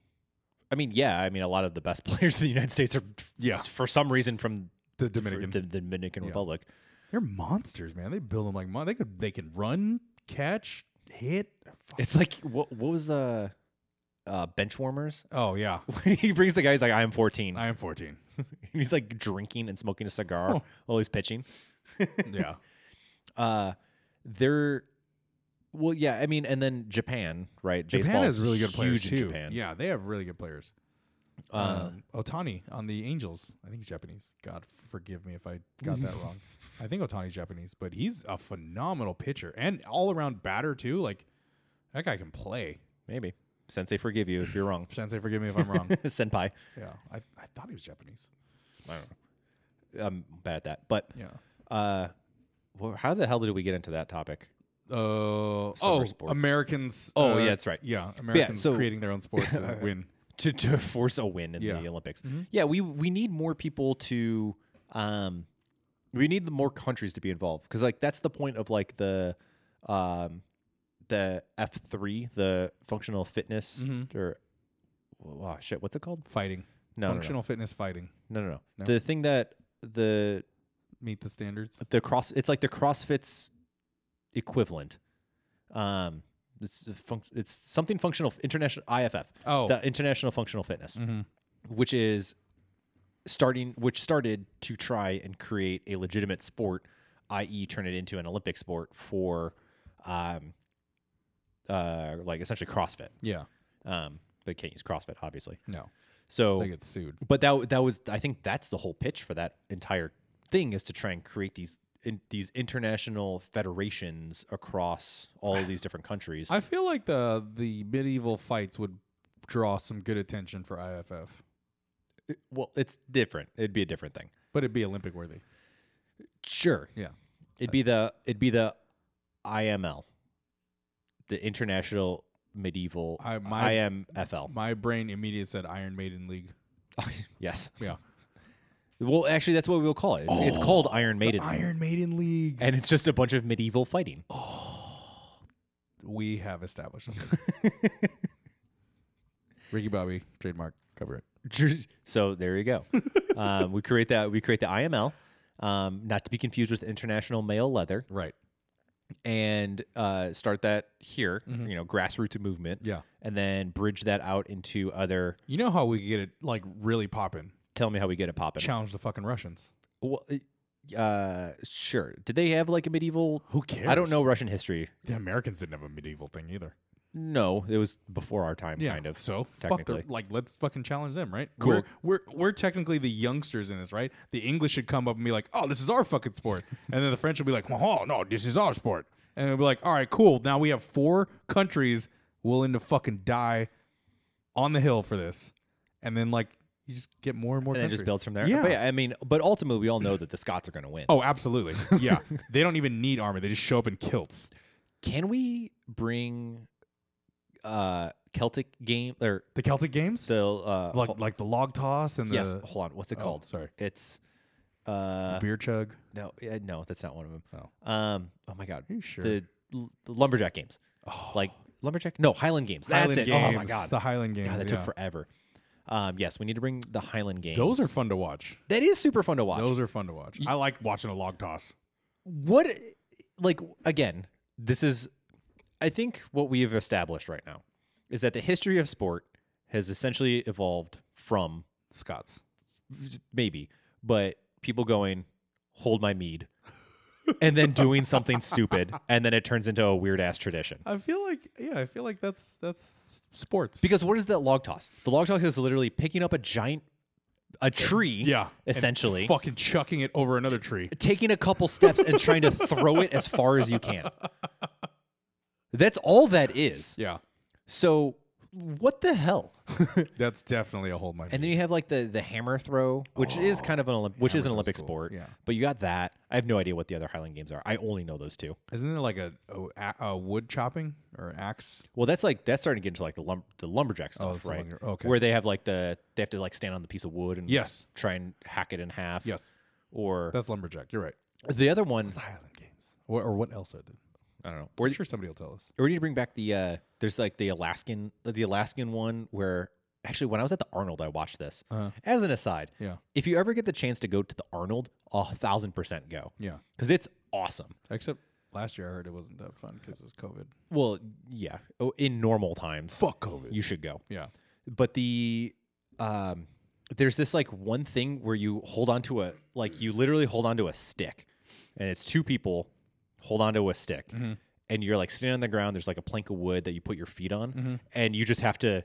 I mean, yeah. I mean, a lot of the best [LAUGHS] players in the United States are, Yeah. for some reason from The Dominican. the, the Dominican Yeah. Republic. They're monsters, man. They build them like mon- they could they can run, catch, hit. They're fuck- It's like what what was the uh, bench warmers? [LAUGHS] oh yeah. he brings the guy. He's like, I am fourteen. I am 14. [LAUGHS] he's like drinking and smoking a cigar Oh. while he's pitching. [LAUGHS] yeah. uh they're well yeah i mean and then japan right Japan Baseball has really good players huge in too. japan Yeah, they have really good players. uh, um, Otani on the Angels. I think he's Japanese. God forgive me if I got that [LAUGHS] wrong. I think Otani's Japanese, but he's a phenomenal pitcher and all around batter too. Like that guy can play. maybe sensei forgive you if you're wrong [LAUGHS] Sensei, forgive me if I'm wrong. senpai yeah, I, I thought he was Japanese. i don't know i'm bad at that but Yeah. uh wh- how the hell did we get into that topic Uh, Summer oh, sports. Americans. Oh, uh, yeah, that's right. Yeah, Americans so- creating [LAUGHS] their own sport to win. to, to [LAUGHS] force a win in Yeah. Mm-hmm. the Olympics. Yeah, we we need more people to um we need the more countries to be involved cuz like that's the point of like the um the F3, the functional fitness Mm-hmm. or oh shit, what's it called? Fighting. No, no, no. Functional fitness fighting. No, no, no. The thing that the Meet the standards. the cross it's like the CrossFit's equivalent. Um it's a func- it's something functional international IFF Oh, Mm-hmm. the International Functional Fitness, which is starting, which started to try and create a legitimate sport, i.e., turn it into an Olympic sport for, um, uh, like essentially CrossFit. yeah. Um, they can't use CrossFit, obviously. No, So, they get sued. but that that was, I think that's the whole pitch for that entire thing is to try and create these. In these international federations across all [SIGHS] of these different countries. I feel like the the medieval fights would draw some good attention for IFF, well, it's different. It'd be a different thing. but it'd be Olympic worthy. Sure. Yeah. It'd be the it'd be the IML. the International Medieval I- I, my- IMFL. My brain immediately said Iron Maiden League. yes. Yeah. Well, actually, that's what we'll call it. It's, it's Oh, called Iron Maiden, Iron Maiden League. and it's just a bunch of medieval fighting. Oh. We have established something. [LAUGHS] Ricky Bobby, trademark, cover it. [LAUGHS] So there [LAUGHS] you go. um, we create that. We create the IML, um, not to be confused with International Male Leather, Right. and uh, start that here. You know, grassroots movement. Mm-hmm. Yeah. and then bridge that out into other. You know how we could get it like really popping? Tell me how we get it popping. Challenge the fucking Russians. Well, uh, sure. Did they have like a medieval? Who cares? I don't know Russian history. The Americans didn't have a medieval thing either. No, it was before our time, Yeah, kind of. So fuck the technically. like. Let's fucking challenge them, right? Cool. We're, we're we're technically the youngsters in this, right? The English should come up and be like, "Oh, this is our fucking [LAUGHS] sport," and then the French will be like, "Oh no, this is our sport," and we'll be like, "All right, cool. Now we have four countries willing to fucking die on the hill for this," and then like you just get more and more. and it countries. just builds from there. Yeah. But yeah, I mean, but ultimately, we all know that the Scots are going to win. Oh, [LAUGHS] absolutely. Yeah. they don't even need armor. They just show up in kilts. Can we bring uh Celtic game or The Celtic games, the uh like hol- like the log toss and yes? the Hold on, what's it Oh, called? sorry. It's uh beer chug. no yeah, no that's not one of them. Oh. Um oh my god, Are you sure? Oh. the, l- the lumberjack games, like lumberjack no Highland games. That's Highland it. Games, oh my god, the Highland games. God, that yeah. took forever. Um, yes, we need to bring the Highland games. Those are fun to watch. that is super fun to watch. Those are fun to watch. I like watching a log toss. what like again this is i think what we have established right now is that the history of sport has essentially evolved from Scots. maybe but people going hold my mead and then doing something [LAUGHS] stupid and then it turns into a weird ass tradition I feel like yeah, I feel like that's that's sports. because what is that log toss the log toss is literally picking up a giant a tree Yeah. and essentially fucking chucking it over another tree. taking a couple steps and trying to throw it as far as you can that's all that is [LAUGHS] Yeah. So what the hell? That's definitely a hold my And then you have like the the hammer throw, which is Oh, kind of an Olymp- which is an Olympic sport. Yeah. But you got that. I have no idea what the other Highland games are. I only know those two. Isn't there like a, a, a wood chopping or an axe? Well, that's like that's starting to get into like the lum- the lumberjack stuff, Oh, it's the right? lumber- okay. Where they have like the they have to like stand on the piece of wood and Yes. try and hack it in half. Yes. Or That's lumberjack. You're right. the other one, The Highland games. Or, or what else are there? I don't know. Or, I'm sure somebody will tell us. or we need to bring back the uh there's like the Alaskan the Alaskan one where actually when I was at the Arnold I watched this. As an aside, Uh-huh. Yeah. if you ever get the chance to go to the Arnold, a thousand percent go. Yeah. because it's awesome. Except last year I heard it wasn't that fun because it was COVID. Well, yeah, oh, in normal times, Fuck COVID. you should go. yeah. But the um, there's this like one thing where you hold onto a like you literally hold onto a stick, and it's two people hold onto a stick, and you're like sitting on the ground. There's like a plank of wood that you put your feet on, and you just have to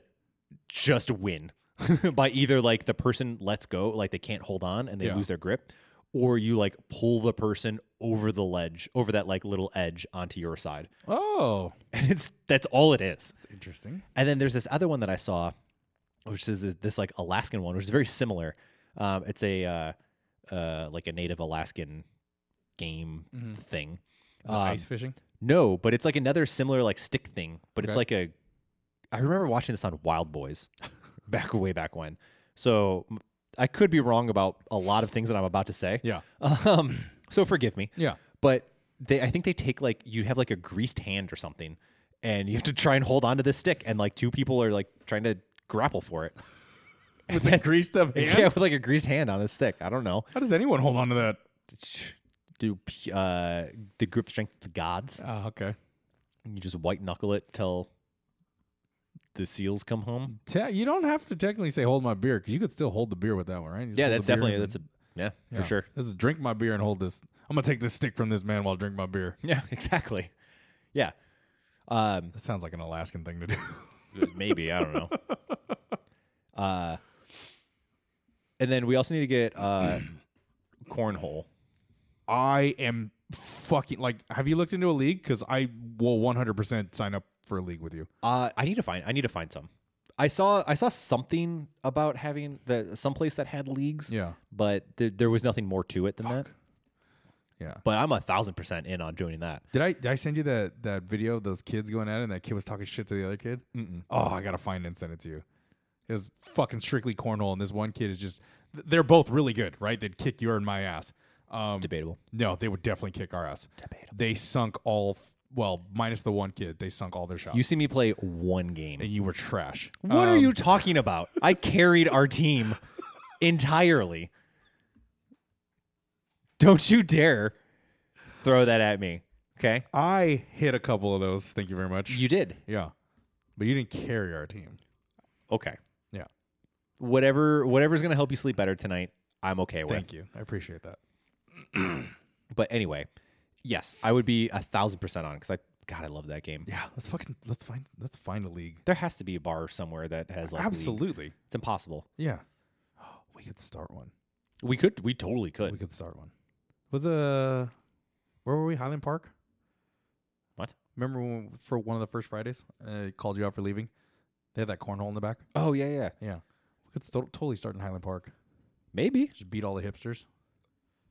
just win [LAUGHS] by either like the person lets go, like they can't hold on and they Yeah. lose their grip. Or you like pull the person over the ledge, over that like little edge onto your side. Oh. and it's that's all it is. It's interesting. And then there's this other one that I saw, which is this, this, like Alaskan one, which is very similar. Um, it's a uh, uh, like a native Alaskan game Mm-hmm. thing. Um, ice fishing. No, but it's like another similar like stick thing, but it's Okay. like a. I remember watching this on [LAUGHS] Wild Boys, back way back when. So m- I could be wrong about a lot of things that I'm about to say. Yeah. Um, so forgive me Yeah. but they I think they take like you have like a greased hand or something and you have to try and hold onto this stick and like two people are like trying to grapple for it. [LAUGHS] With a greased up hand. Yeah, with like a greased hand on this stick. I don't know. How does anyone hold on to that? Do uh the grip strength of the gods. Ah, okay. And you just white knuckle it till the seals come home. Te- you don't have to technically say hold my beer because you could still hold the beer with that one, right? You just Yeah, hold that's the beer definitely and that's a then- yeah, Yeah. for sure. This is drink my beer and hold this. I'm gonna take this stick from this man while I drink my beer. [LAUGHS] Yeah, exactly. Yeah. Um That sounds like an Alaskan thing to do. [LAUGHS] maybe i don't [LAUGHS] know uh and then we also need to get uh [CLEARS THROAT] cornhole I am fucking like. Have you looked into a league? Because I will 100% sign up for a league with you. uh i need to find i need to find some i saw i saw something about having the someplace that had leagues Yeah. but there, there was nothing more to it than that Yeah. But I'm a thousand percent in on joining that. Did I did I send you that that video of those kids going at it and that kid was talking shit to the other kid? Mm-mm. Oh, I gotta find it and send it to you. It was fucking strictly cornhole, and this one kid is just th- they're both really good, right? They'd kick your and my ass. Um, Debatable. no, they would definitely kick our ass. Debatable. They sunk all f- well, minus the one kid, they sunk all their shots. You see me play one game. and you were trash. Uh, What Um, are you talking about? I carried our team entirely. Don't you dare throw that at me. Okay? I hit a couple of those. Thank you very much. You did. yeah, but you didn't carry our team. Okay. Yeah, Whatever whatever's going to help you sleep better tonight, I'm okay with. thank you. I appreciate that. But anyway, yes, I would be a thousand percent on because I God, I love that game. Yeah, let's fucking let's find let's find a league. There has to be a bar somewhere that has like league. Absolutely. It's impossible. Yeah. [GASPS] We could start one. We could. We totally We could. could start one. Was uh where were we? Highland Park? What? Remember when, for one of the first Fridays? I called you out for leaving. They had that cornhole in the back. Oh yeah, yeah. Yeah. We could sto- totally start in Highland Park. Maybe. Just beat all the hipsters.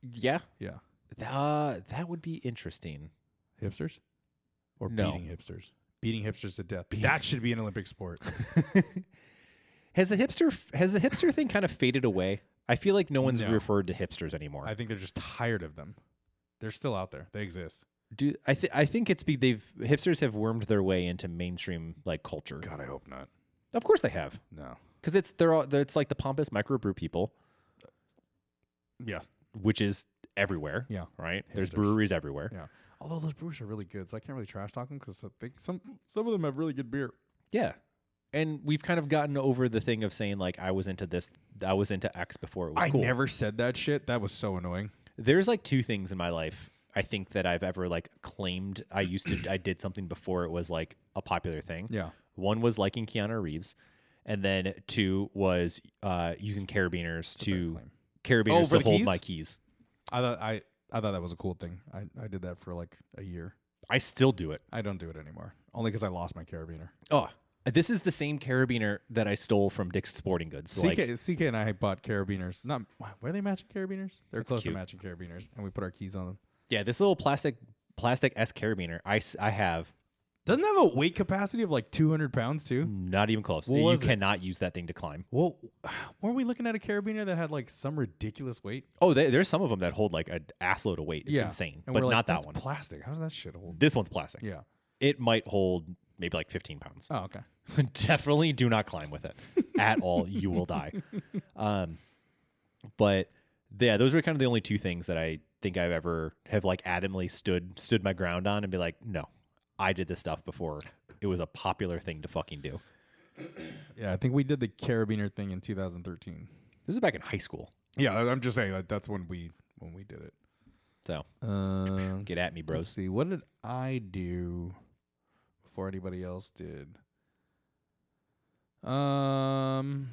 Yeah. Yeah. Th- Uh, that would be interesting. Hipsters? Or No. beating hipsters. Beating hipsters to death. That should be an Olympic [LAUGHS] sport. Has the hipster has the hipster thing kind of faded away? I feel like no one's No. referred to hipsters anymore. I think they're just tired of them. They're still out there. They exist. Do I think I think it's be they've hipsters have wormed their way into mainstream like culture. God, I hope not. Of course they have, No. because it's they're all they're, it's like the pompous microbrew people, Yeah. which is everywhere. Yeah. Right. There's Hipsters. breweries everywhere. Yeah. Although those brewers are really good, so I can't really trash talk them because I think some some of them have really good beer. Yeah. And we've kind of gotten over the thing of saying like I was into this, I was into X before it was I cool. never said that shit. That was so annoying. There's like two things in my life I think that I've ever like claimed I used to I did something before it was like a popular thing. Yeah. One was liking Keanu Reeves, and then two was uh, using carabiners to claim. carabiners Oh, for the to hold keys? my keys. I thought I I thought that was a cool thing. I, I did that for like a year. I still do it. I don't do it anymore. Only because I lost my carabiner. Oh, this is the same carabiner that I stole from Dick's Sporting Goods. So, CK like, CK and I bought carabiners. Not wow, were they matching carabiners? They're close cute. to matching carabiners, and we put our keys on them. yeah, this little plastic plastic S carabiner I s- I have Doesn't it have a weight capacity of like 200 pounds too. Not even close. What you was it? cannot use that thing to climb. Well, [SIGHS] weren't we looking at a carabiner that had like some ridiculous weight? Oh, they, there's some of them that hold like an assload of weight. It's Yeah. insane, And but we're like, not that "That's one. Mm. Plastic. How does that shit hold? this one's plastic. Yeah. It might hold maybe like 15 pounds. Oh, okay. [LAUGHS] Definitely do not climb with it at all. You will die. Um, but yeah, those are kind of the only two things that I think I've ever have like adamantly stood stood my ground on and be like, no, I did this stuff before it was a popular thing to fucking do. Yeah, I think we did the carabiner thing in 2013. This is back in high school, Yeah, I- I'm just saying that that's when we when we did it. so Um, get at me, let's bros. see, what did I do before anybody else did? Um.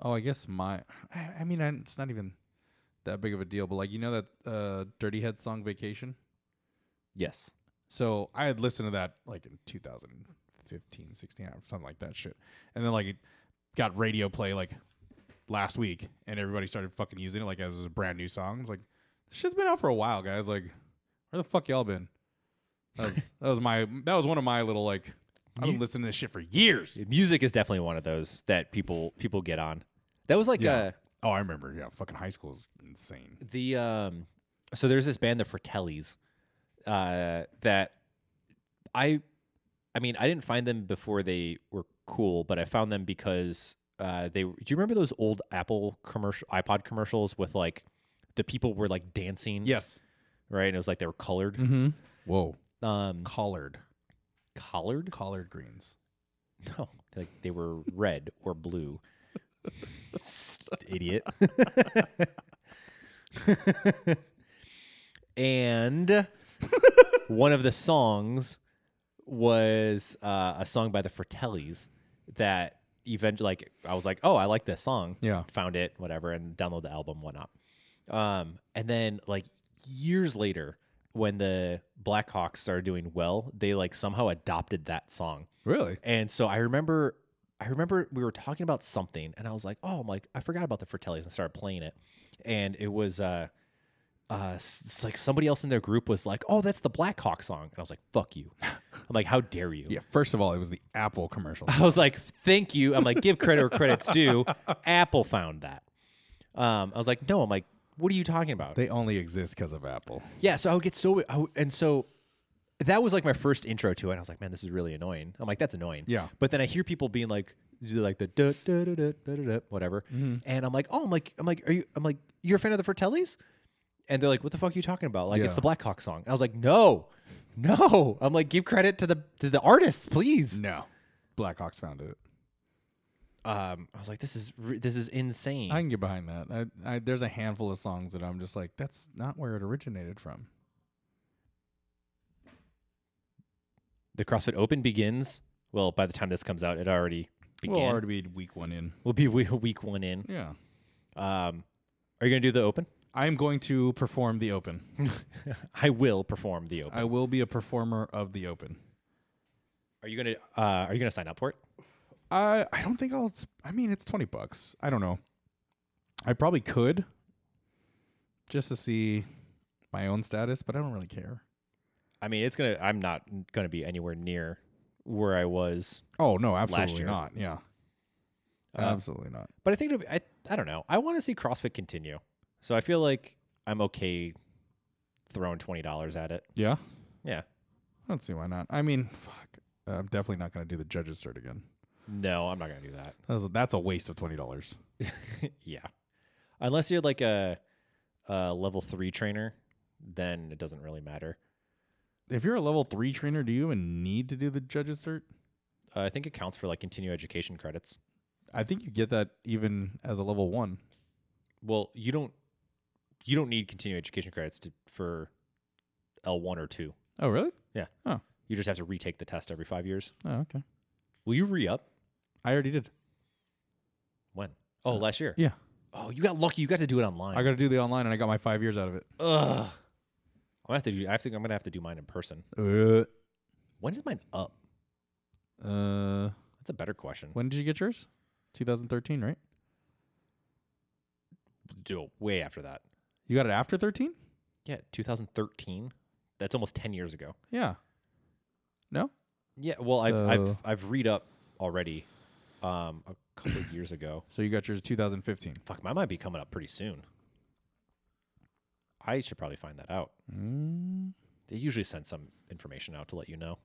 Oh, I guess my. I, I mean, I, it's not even that big of a deal, but like you know that uh, Dirty Head song "Vacation." Yes, So I had listened to that like in 2015, 16, or something like that shit. And then like it got radio play like last week and everybody started fucking using it like as a brand new song. It's like this shit's been out for a while, guys. Like, where the fuck y'all been? That [LAUGHS] was, that was my that was one of my little like I've been listening to this shit for years. music is definitely one of those that people people get on. That was like uh, Yeah. Oh, I remember. Yeah, fucking high school is insane. the um, so there's this band the Fratellis uh, that I I mean I didn't find them before they were cool, but I found them because uh, they do you remember those old Apple commercial iPod commercials with like the people were like dancing Yes. right and it was like they were colored Mm-hmm. Whoa. um Collard. collared Collard greens. [LAUGHS] no like they were red or blue St- idiot. [LAUGHS] and one of the songs was uh, a song by the Fratellis that eventually, like, I was like, oh, I like this song. Yeah. Found it, whatever, and download the album, whatnot. Um, and then, like, years later, when the Blackhawks started doing well, they like somehow adopted that song. Really? And so I remember, I remember we were talking about something, and I was like, "Oh, I'm like I forgot about the Fratellis," and started playing it, and it was uh, uh, s- it's like somebody else in their group was like, "Oh, that's the Black Hawk song," and I was like, "Fuck you!" I'm like, "How dare you?" Yeah, first of all, it was the Apple [LAUGHS] commercial. I was like, "Thank you." I'm like, "Give credit where credit's due." Apple found that. Um, I was like, "No," I'm like, "What are you talking about?" they only exist because of Apple. Yeah, so I would get so I would- and so that was like my first intro to it. I was like, man, this is really annoying. I'm like, that's annoying. Yeah. But then I hear people being like, do like the duh, duh, duh, duh, duh, duh, duh, whatever, Mm-hmm. and I'm like, oh, I'm like, I'm like, are you? I'm like, you're a fan of the Fratellis? And they're like, what the fuck are you talking about? Like, Yeah. it's the Black Hawk song. And I was like, no, no. I'm like, give credit to the to the artists, please. No, Blackhawks founded it. Um, I was like, this is re- this is insane. I can get behind that. I, I, there's a handful of songs that I'm just like, that's not where it originated from. the CrossFit Open begins. Well, by the time this comes out, it already began. We'll already be week one in. we'll be we- week one in. Yeah, Um, are you going to do the open? [LAUGHS] I am going to perform the Open. I will perform the open. I will be a performer of the Open. are you going to uh, Are you going to sign up for it? I I don't think I'll. sp- I mean, it's twenty bucks. I don't know. I probably could, just to see my own status, but I don't really care. I mean, it's gonna. I'm not gonna be anywhere near where I was, Oh no, absolutely year. Uh, not. Yeah, absolutely not. but I think it'll be, I. I don't know. I want to see CrossFit continue, so I feel like I'm okay throwing twenty dollars at it. Yeah, Yeah. I don't see why not. I mean, fuck. I'm definitely not going to do the judges cert again. No, I'm not gonna do that. That's a, that's a waste of twenty dollars. yeah, unless you're like a, a level three trainer, then it doesn't really matter. If you're a level three trainer, do you even need to do the judges cert? Uh, I think it counts for like continuing education credits. I think you get that even as a level one. Well, you don't you don't need continuing education credits to, for L one or two. Oh really? You just have to retake the test every five years. Oh okay. Will you re up? I already did. When? Oh, last year. Yeah, Oh, you got lucky. You got to do it online. I got to do the online, and I got my five years out of it. Ugh. I'm gonna have to do. I think I'm gonna have to do mine in person. Uh, When is mine up? Uh, That's a better question. when did you get yours? 2013, right? Do it way after that. You got it after 13? Yeah, 2013. That's almost 10 years ago. Yeah. No. Yeah. Well, I've I've So- I've read up already. Um, a couple of years ago. So you got yours 2015. Fuck, mine might be coming up pretty soon. I should probably find that out. Mm. They usually send some information out to let you know.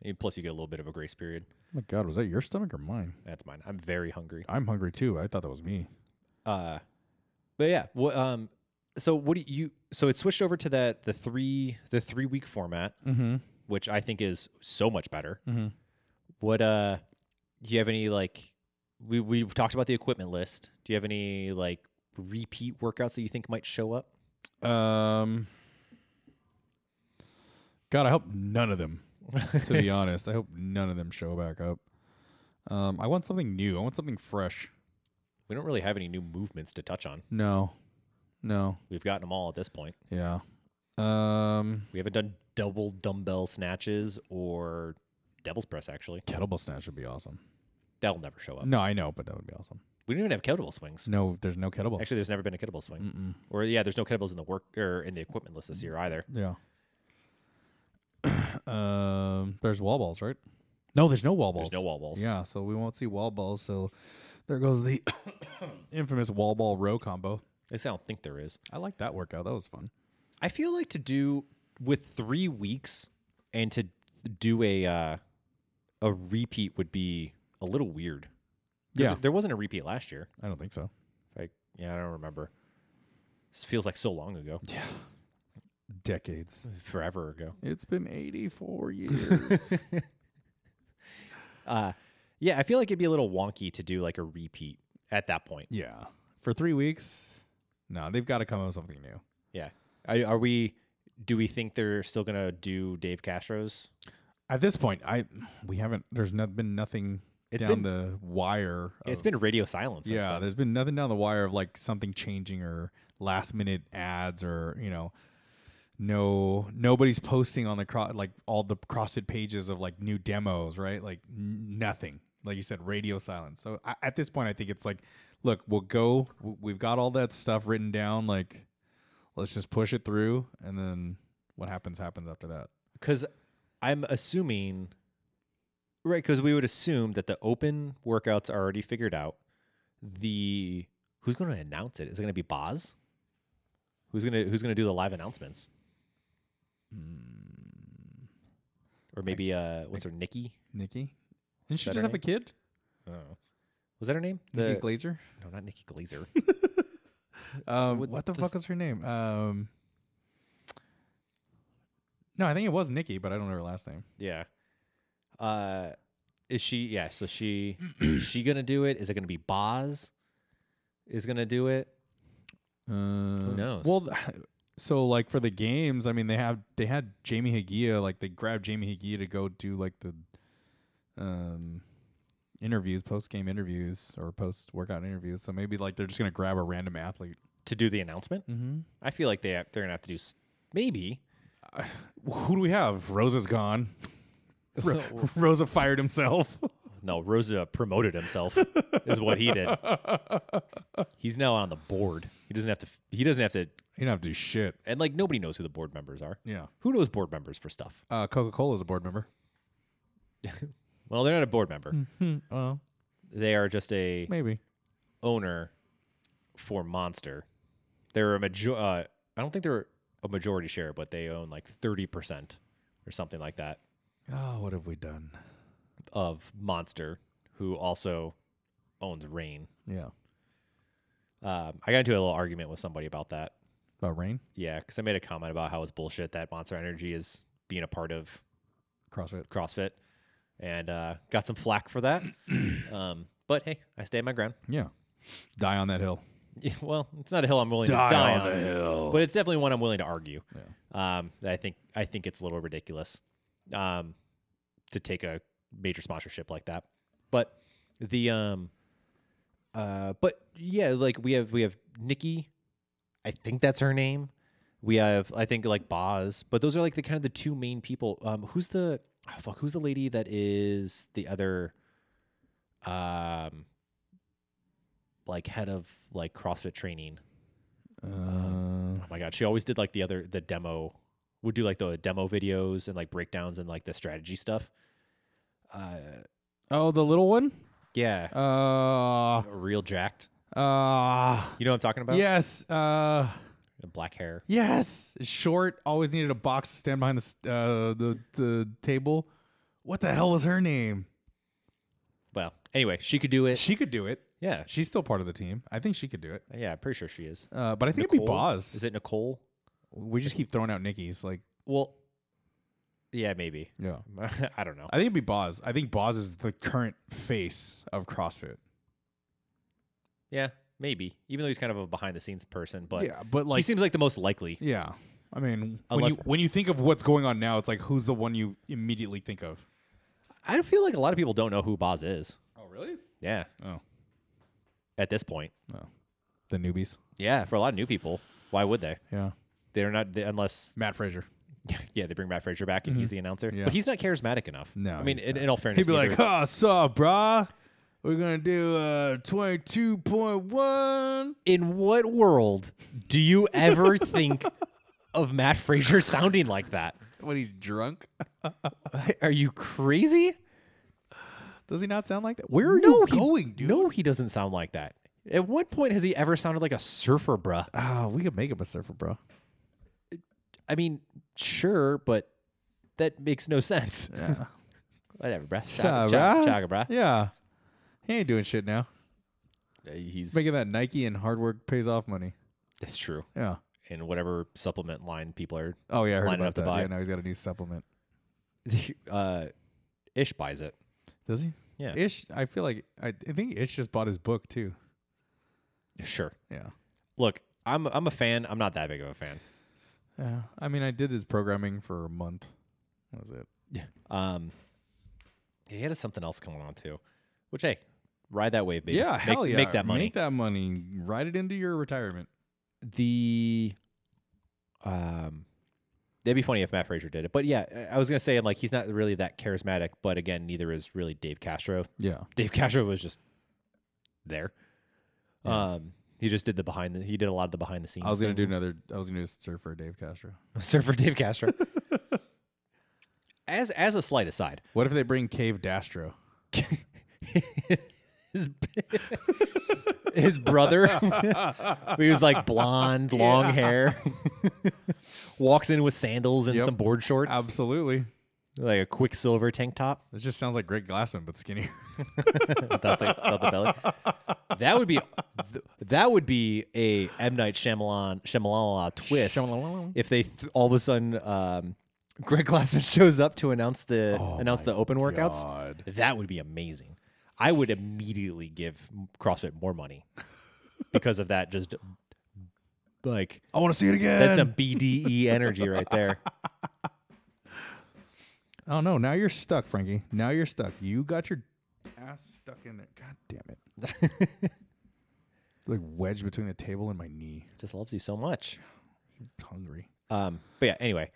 And plus, you get a little bit of a grace period. Oh my God, was that your stomach or mine? That's mine. I'm very hungry. I'm hungry too. I thought that was me. Uh, but yeah, what, um, so what do you? So it switched over to that the three the three week format, Mm-hmm. which I think is so much better. Mm-hmm. What uh, do you have any like? We we talked about the equipment list. Do you have any like repeat workouts that you think might show up? Um. God, I hope none of them. to [LAUGHS] be honest, I hope none of them show back up. Um, I want something new. I want something fresh. We don't really have any new movements to touch on. No, no, We've gotten them all at this point. yeah. Um, We haven't done double dumbbell snatches or devil's press. Actually, kettlebell snatch would be awesome. that'll never show up. No, I know, but that would be awesome. We don't even have kettlebell swings. No, there's no kettlebell. Actually, there's never been a kettlebell swing. Mm-mm. Mm. Or yeah, there's no kettlebells in the work or in the equipment list this year either. Yeah. [COUGHS] um, there's wall balls, right? No, there's no wall balls. There's no wall balls. Yeah, so we won't see wall balls. So there goes the [COUGHS] infamous wall ball row combo. At least I don't think there is. I like that workout. That was fun. I feel like to do with three weeks and to do a uh, a repeat would be a little weird. 'Cause Yeah. there wasn't a repeat last year. I don't think so. Like yeah, I don't remember. This feels like so long ago, Yeah. Decades. forever ago. It's been [LAUGHS] 84 years. Uh, yeah, I feel like it'd be a little wonky to do like a repeat at that point. yeah. For three weeks. No, they've got to come up with something new. Yeah. Are, are we? Do we think they're still gonna do Dave Castro's? At this point, I we haven't. There's not been nothing It's down been- the wire. It's of- been radio silence. Since yeah then. there's been nothing down the wire of like something changing or last minute ads or you know no nobody's posting on the cro- like all the crossfit pages of like new demos right like n- nothing like you said radio silence so I, at this point i think it's like look we'll go w- we've got all that stuff written down like let's just push it through, and then what happens happens after that. because I'm assuming, right? Because we would assume that the open workouts are already figured out. The who's going to announce it? Is it going to be Boz? Who's gonna Who's gonna do the live announcements? Hmm. Or maybe uh, what's her Nikki? Nikki, didn't she that just her have a kid? I don't know. Was that her name? The, Nikki Glazer. no, not Nikki Glazer. Um, What what, the, fuck is her name? Um, no, I think it was Nikki, but I don't know her last name. yeah. Uh, is she? Yeah. So she is she gonna do it? Is it gonna be Boz? Is gonna do it? Who knows? Well, [LAUGHS] th- so like for the games, I mean, they have they had Jamie Hagia, like they grabbed Jamie Hagia to go do like the um interviews, post game interviews or post workout interviews. So maybe like they're just gonna grab a random athlete. to do the announcement. Mm-hmm. I feel like they have, they're gonna have to do s- maybe. Who do we have? Rosa's gone. Ro- [LAUGHS] Rosa fired himself. [LAUGHS] no, Rosa promoted himself is what he did. He's now on the board. He doesn't have to. He doesn't have to. you don't have to do shit. And like nobody knows who the board members are. Yeah. Who knows board members for stuff? Uh, Coca Cola is a board member. Well, they're not a board member. Hmm. Oh, They are just a maybe. owner for Monster. They're a major. Uh, I don't think they're a majority share, but they own like thirty percent or something like that. Oh, what have we done? of Monster, who also owns Rain. Yeah. Um, I got into a little argument with somebody about that. About rain, Yeah, because I made a comment about how it's bullshit that Monster Energy is being a part of CrossFit. CrossFit, and uh, got some flack for that. [CLEARS THROAT] um, but hey, I stay my ground. [LAUGHS] Yeah. Die on that hill. Yeah, well, it's not a hill I'm willing to die on, hill. but it's definitely one I'm willing to argue. Yeah. Um, that I think I think it's a little ridiculous um, to take a major sponsorship like that. But the um, uh, but yeah, like we have we have Nikki, I think that's her name. We have I think like Boz, but those are like the kind of the two main people. Um, who's the oh, fuck? Who's the lady that is the other um, like head of like CrossFit training? Uh, Oh my god, she always did like the other the demo would do like the demo videos and like breakdowns and like the strategy stuff. Uh oh, the little one. yeah. Uh, Real jacked. uh, You know what I'm talking about? yes. Uh, Black hair. yes. Short. Always needed a box to stand behind the s- uh, the the table. What the hell was her name? Well, anyway, she could do it. She could do it. Yeah. She's still part of the team. I think she could do it. Yeah, pretty sure she is. Uh, but I think it'd be Nicole? Boz. Is it Nicole? we just keep throwing out Nikki's. Like, Well, yeah, maybe. [LAUGHS] yeah. I don't know. I think it'd be Boz. I think Boz is the current face of CrossFit. Yeah, maybe. Even though he's kind of a behind the scenes person, but yeah, but he like, seems like the most likely. yeah. I mean, when Unless- you when you think of what's going on now, it's like who's the one you immediately think of? I feel like a lot of people don't know who Boz is. Oh, really? Yeah, Oh, at this point. no, the newbies. Yeah, for a lot of new people, why would they? Yeah, They're not they, unless Matt Frazier. [LAUGHS] yeah, they bring Matt Frazier back and he's the announcer, Yeah. but he's not charismatic enough. No, I mean, he's in, not. in all He'd fairness, be like, neither- "Oh, so brah, we're gonna do uh twenty two point one. in what world do you ever [LAUGHS] think of Matt Frazier sounding like that? When he's drunk, [LAUGHS] Are you crazy? [LAUGHS] does he not sound like that? Where are No, you he- going, dude? No, he doesn't sound like that. At what point has he ever sounded like a surfer, bruh? Ah, we could make him a surfer, bro. I mean, sure, but that makes no sense. Yeah. [LAUGHS] Whatever, bruh. Sorry, Chaga, chaga, bruh. chaga, bruh. yeah, he ain't doing shit now. Uh, He's He's making that Nike and hard work pays off money. that's true. Yeah. And whatever supplement line people are, [LAUGHS] Oh yeah, I heard Lining about up to that. buy. Yeah, now he's got a new supplement. uh, Ish buys it. Does he? Yeah. Ish, I feel like I, I think Ish just bought his book too. Sure. Yeah. look, I'm I'm a fan. I'm not that big of a fan. Yeah. I mean, I did his programming for a month. That was it. Um, he had something else coming on too, which hey, ride that wave, baby. Yeah, make, hell yeah. make that money. Make that money. Write it into your retirement. the um, that'd be funny if Matt Frazier did it, but yeah, I- I was gonna say I'm like he's not really that charismatic, but again, neither is really Dave Castro. [LAUGHS] Yeah. Dave Castro was just there. Um, He just did the behind the. He did a lot of the behind the scenes. I was gonna do things. another. I was gonna do a surf for Dave Castro. [LAUGHS] Surfer Dave [LAUGHS] Castro. as as a slight aside, What if they bring Cave Dastro? his, his brother, [LAUGHS] he was like blonde, long hair, walks in with sandals and Yep. some board shorts, Absolutely. like a quicksilver tank top This just sounds like Greg Glassman, but skinnier. without the, without the belly. That would be that would be a M Night Shyamalan Shyamalan [LAUGHS] twist Shyamalan. if they th- all of a sudden. Um, Greg Glassman [LAUGHS] shows up to announce the Oh announce the open workouts. God. That would be amazing. I would immediately give CrossFit more money because of that. Just like I want to see it again. that's some BDE E energy right there. oh no! Now you're stuck, Frankie. Now you're stuck. You got your ass stuck in there. God damn it! [LAUGHS] like wedged between the table and my knee. Just loves you so much. It's hungry. Um, but yeah, anyway,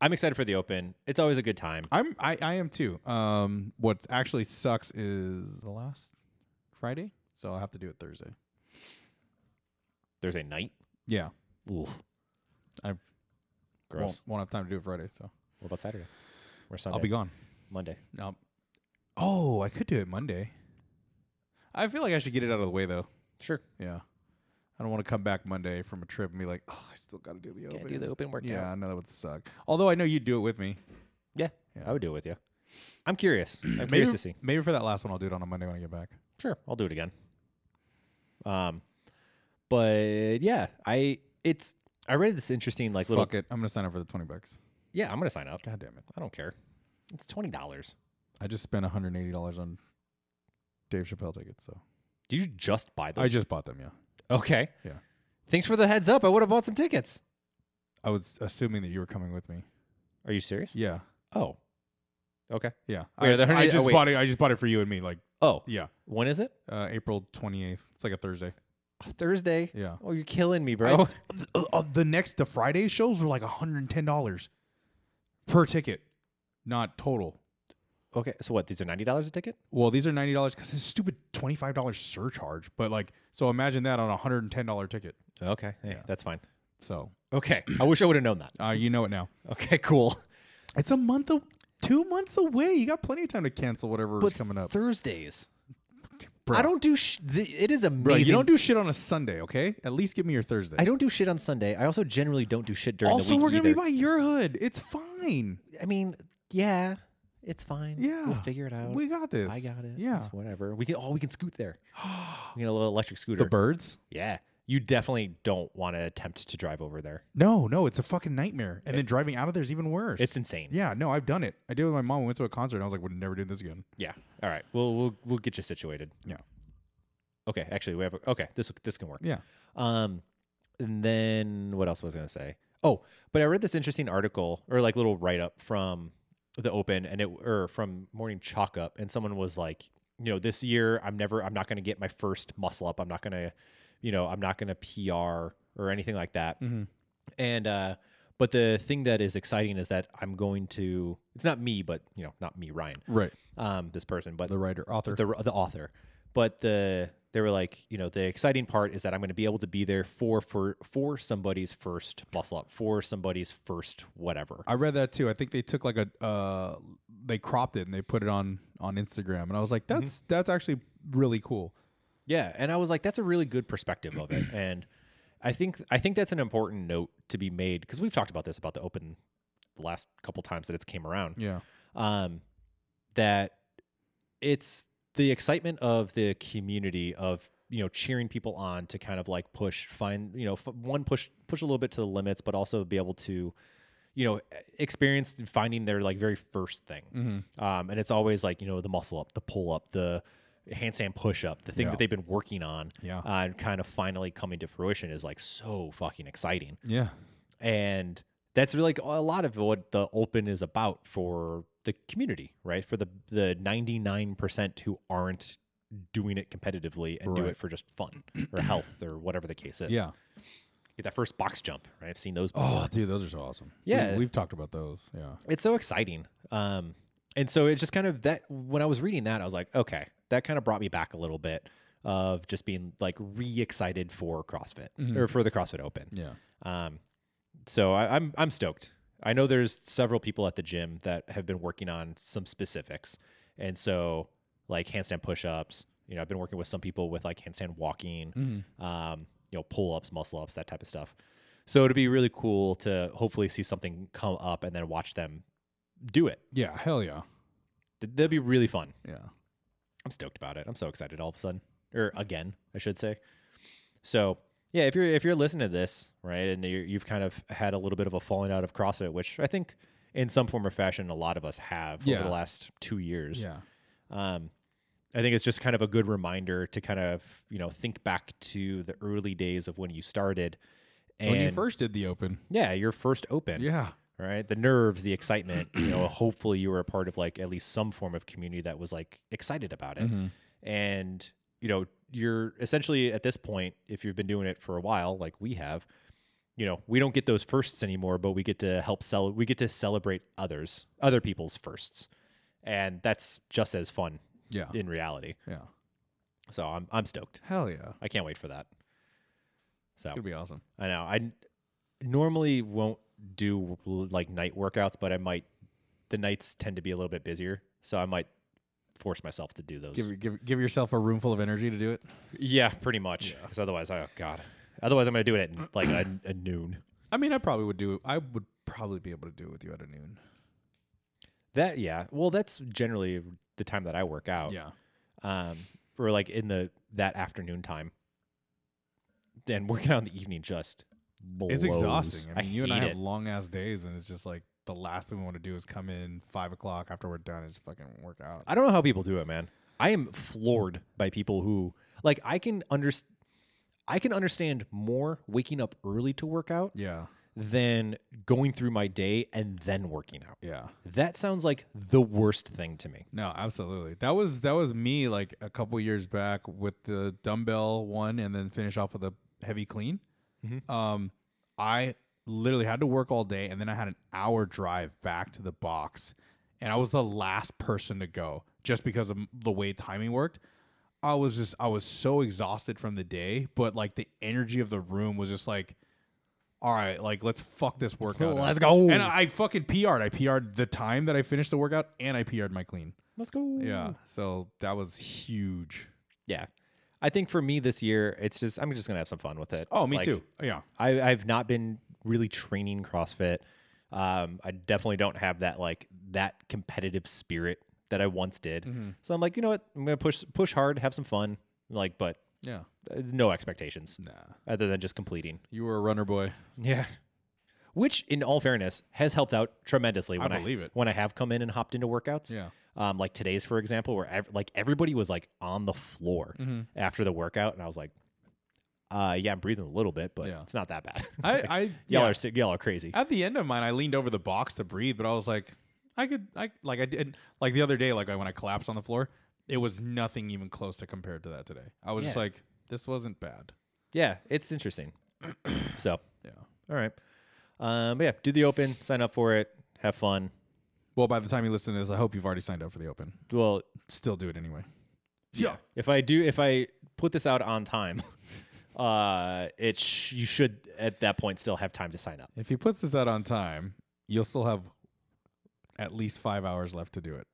I'm excited for the open. It's always a good time. I'm. I, I am too. Um. What actually sucks is the last Friday, so I'll have to do it Thursday. There's a night. Yeah. Ooh, I gross. Won't, won't have time to do it Friday, so what about Saturday or Sunday? I'll be gone. Monday. No. Oh, I could do it Monday. I feel like I should get it out of the way though. Sure. Yeah. I don't want to come back Monday from a trip and be like, oh, I still got to do the Can't open. do the open workout. yeah, I know that would suck. Although I know you'd do it with me. yeah, Yeah. I would do it with you. I'm curious. [CLEARS THROAT] I'm Maybe, curious to see. maybe for that last one, I'll do it on a Monday when I get back. Sure, I'll do it again. Um, but yeah, I it's I read this interesting like little Fuck it. I'm going to sign up for the 20 bucks. yeah I'm gonna sign up. God damn it. I don't care. It's twenty dollars. I just spent $180 on Dave Chappelle tickets. So Did you just buy I those? just bought them. Yeah. okay. Yeah. Thanks for the heads up. I would have bought some tickets. I was assuming that you were coming with me. Are you serious? Yeah. Oh. Okay. Yeah. Wait, I, the I 180 oh, just wait. bought it. I just bought it for you and me. Like, Oh, yeah. when is it? Uh, April 28th. It's like a Thursday. Thursday. Yeah. Oh, you're killing me, [LAUGHS] bro. I- th- uh, uh, the next the Friday shows were like $110 per ticket, not total. okay. So what? These are ninety dollars a ticket. Well, these are $90 because it's a stupid $25 surcharge. But like, so imagine that on a $110 ticket. Okay. Hey, That's fine. So Okay. I wish I would have known that. uh, you know it now. Okay. Cool. It's a month, of, two months away. You got plenty of time to cancel whatever is But coming up. Thursdays. Bruh. I don't do. Sh- the, it is amazing. Bruh, you don't do shit on a Sunday, okay? At least give me your Thursday. I don't do shit on Sunday. I also generally don't do shit during the also, week. we're going to be either. by your hood. It's fine. I mean, yeah, it's fine. Yeah. we'll figure it out. We got this. I got it. Yeah. it's whatever. We can. Oh, we can scoot [GASPS] there. we get a little electric scooter. The birds? yeah, you definitely don't want to attempt to drive over there. No, no, it's a fucking nightmare. And then driving out of there is even worse. It's insane. Yeah, no, I've done it. I did it with my mom. We went to a concert. and I was like, "Would never do this again." Yeah. All right. We'll we'll we'll get you situated. Yeah, Okay. Actually, we have. A, okay. This this can work. yeah. Um, and then what else was I gonna say? Oh, but I read this interesting article or like little write up from the Open and it or from Morning Chalk Up, and someone was like, you know, this year I'm never, I'm not gonna get my first muscle up. I'm not gonna, you know, I'm not gonna PR or anything like that. And uh, but the thing that is exciting is that I'm going to. It's not me, but you know, not me, Ryan. Right. Um, this person, but The writer, author. the the author, but the they were like, you know, the exciting part is that I'm going to be able to be there for for for somebody's first muscle up, for somebody's first whatever. I read that too. I think they took like a, uh, they cropped it and they put it on on Instagram, and I was like, "That's that's actually really cool." Yeah, and I was like, that's a really good perspective of [CLEARS THROAT] it, and I think I think that's an important note to be made because we've talked about this about the open the last couple times that it's came around. Yeah. um, that it's the excitement of the community of you know cheering people on to kind of like push find you know f- one push push a little bit to the limits but also be able to you know experience finding their like very first thing Mm. Mm-hmm. um, and it's always like you know the muscle up the pull up the handstand push up the thing Yeah. that they've been working on Yeah. uh, and kind of finally coming to fruition is like so fucking exciting Yeah. and that's really like a lot of what the open is about for the community right for the the 99% who aren't doing it competitively and do Right. it for just fun or health or whatever the case is Yeah. get that first box jump right i've seen those Oh, dude, those are so awesome. Yeah. we, we've talked about those. Yeah. it's so exciting um and so it's just kind of that when i was reading that i was like okay that kind of brought me back a little bit of just being like re excited for CrossFit Mm-hmm. or for the CrossFit Open. Yeah. Um, so I, I'm I'm stoked. I know there's several people at the gym that have been working on some specifics, and so like handstand push-ups. You know, I've been working with some people with like handstand walking, um, you know, pull-ups, muscle-ups, that type of stuff. So it'd be really cool to hopefully see something come up and then watch them do it. Yeah. Hell yeah. Th- That'd be really fun. Yeah. I'm stoked about it. I'm so excited all of a sudden, or again, I should say. So yeah, if you're if you're listening to this, right, and you you've kind of had a little bit of a falling out of CrossFit, which I think in some form or fashion a lot of us have Yeah. over the last two years. Yeah. Um, I think it's just kind of a good reminder to kind of you know think back to the early days of when you started. And when you first did the open. yeah, your first open, Yeah. right? The nerves, the excitement. You [CLEARS THROAT] know, hopefully you were a part of like at least some form of community that was like excited about it. Mm-hmm. And you know, you're essentially at this point, if you've been doing it for a while, like we have, you know, we don't get those firsts anymore, but we get to help sell. We get to celebrate others, other people's firsts, and that's just as fun Yeah. in reality. Yeah. So I'm I'm stoked. Hell yeah. I can't wait for that. It's So gonna be awesome. I know. I n- normally won't do like night workouts, but I might. The nights tend to be a little bit busier, so I might force myself to do those. Give give give yourself a room full of energy to do it. yeah, pretty much. Because otherwise, oh god. Otherwise, I'm gonna do it at like a, a noon. I mean, I probably would do. I would probably be able to do it with you at a noon. That yeah. Well, that's generally the time that I work out. Yeah. Um, or like in the that afternoon time. Then working out in the evening just blows. It's exhausting. I mean, you and I hate have it. long ass days, and it's just like the last thing we want to do is come in five o'clock after we're done is fucking work out. I don't know how people do it, man. I am floored by people who like I can under I can understand more waking up early to work out Yeah, than going through my day and then working out. yeah. That sounds like the worst thing to me. No, absolutely. That was that was me like a couple years back with the dumbbell one, and then finish off with a heavy clean. Mm-hmm. Um, I literally had to work all day, and then I had an hour drive back to the box, and I was the last person to go just because of the way timing worked. I was just I was so exhausted from the day, but like the energy of the room was just like, all right, like let's fuck this workout. up." [LAUGHS] Let's go. And I fucking PR'd. I PR'd the time that I finished the workout, and I PR'd my clean. Let's go. Yeah. So that was huge. Yeah. I think for me this year, it's just I'm just gonna have some fun with it. Oh, me Like, too. Yeah. I, I've not been really training CrossFit. Um, I definitely don't have that like that competitive spirit that I once did. Mm-hmm. So I'm like, you know what? I'm gonna push push hard, have some fun, like, but Yeah. there's no expectations Nah. other than just completing. [LAUGHS] You were a runner boy. Yeah. Which, in all fairness, has helped out tremendously. When believe it. When I have come in and hopped into workouts. Yeah. Um, like today's, for example, where ev- like everybody was like on the floor Mm-hmm. after the workout, and I was like, uh, yeah, I'm breathing a little bit, but Yeah. it's not that bad. [LAUGHS] I, Like, I y'all yeah. are sick, y'all are crazy. At the end of mine, I leaned over the box to breathe, but I was like, I could, I like, I did, like the other day, like I- when I collapsed on the floor, it was nothing even close to compared to that today. I was just Yeah. like, this wasn't bad. Yeah, it's interesting. [CLEARS THROAT] so, Yeah. all right. Um, but yeah, do the open, sign up for it, have fun. Well, by the time you listen to this, I hope you've already signed up for the open. Well, Still do it anyway. if I do, if I put this out on time, [LAUGHS] uh, it sh- you should at that point still have time to sign up. If he puts this out on time, you'll still have at least five hours left to do it.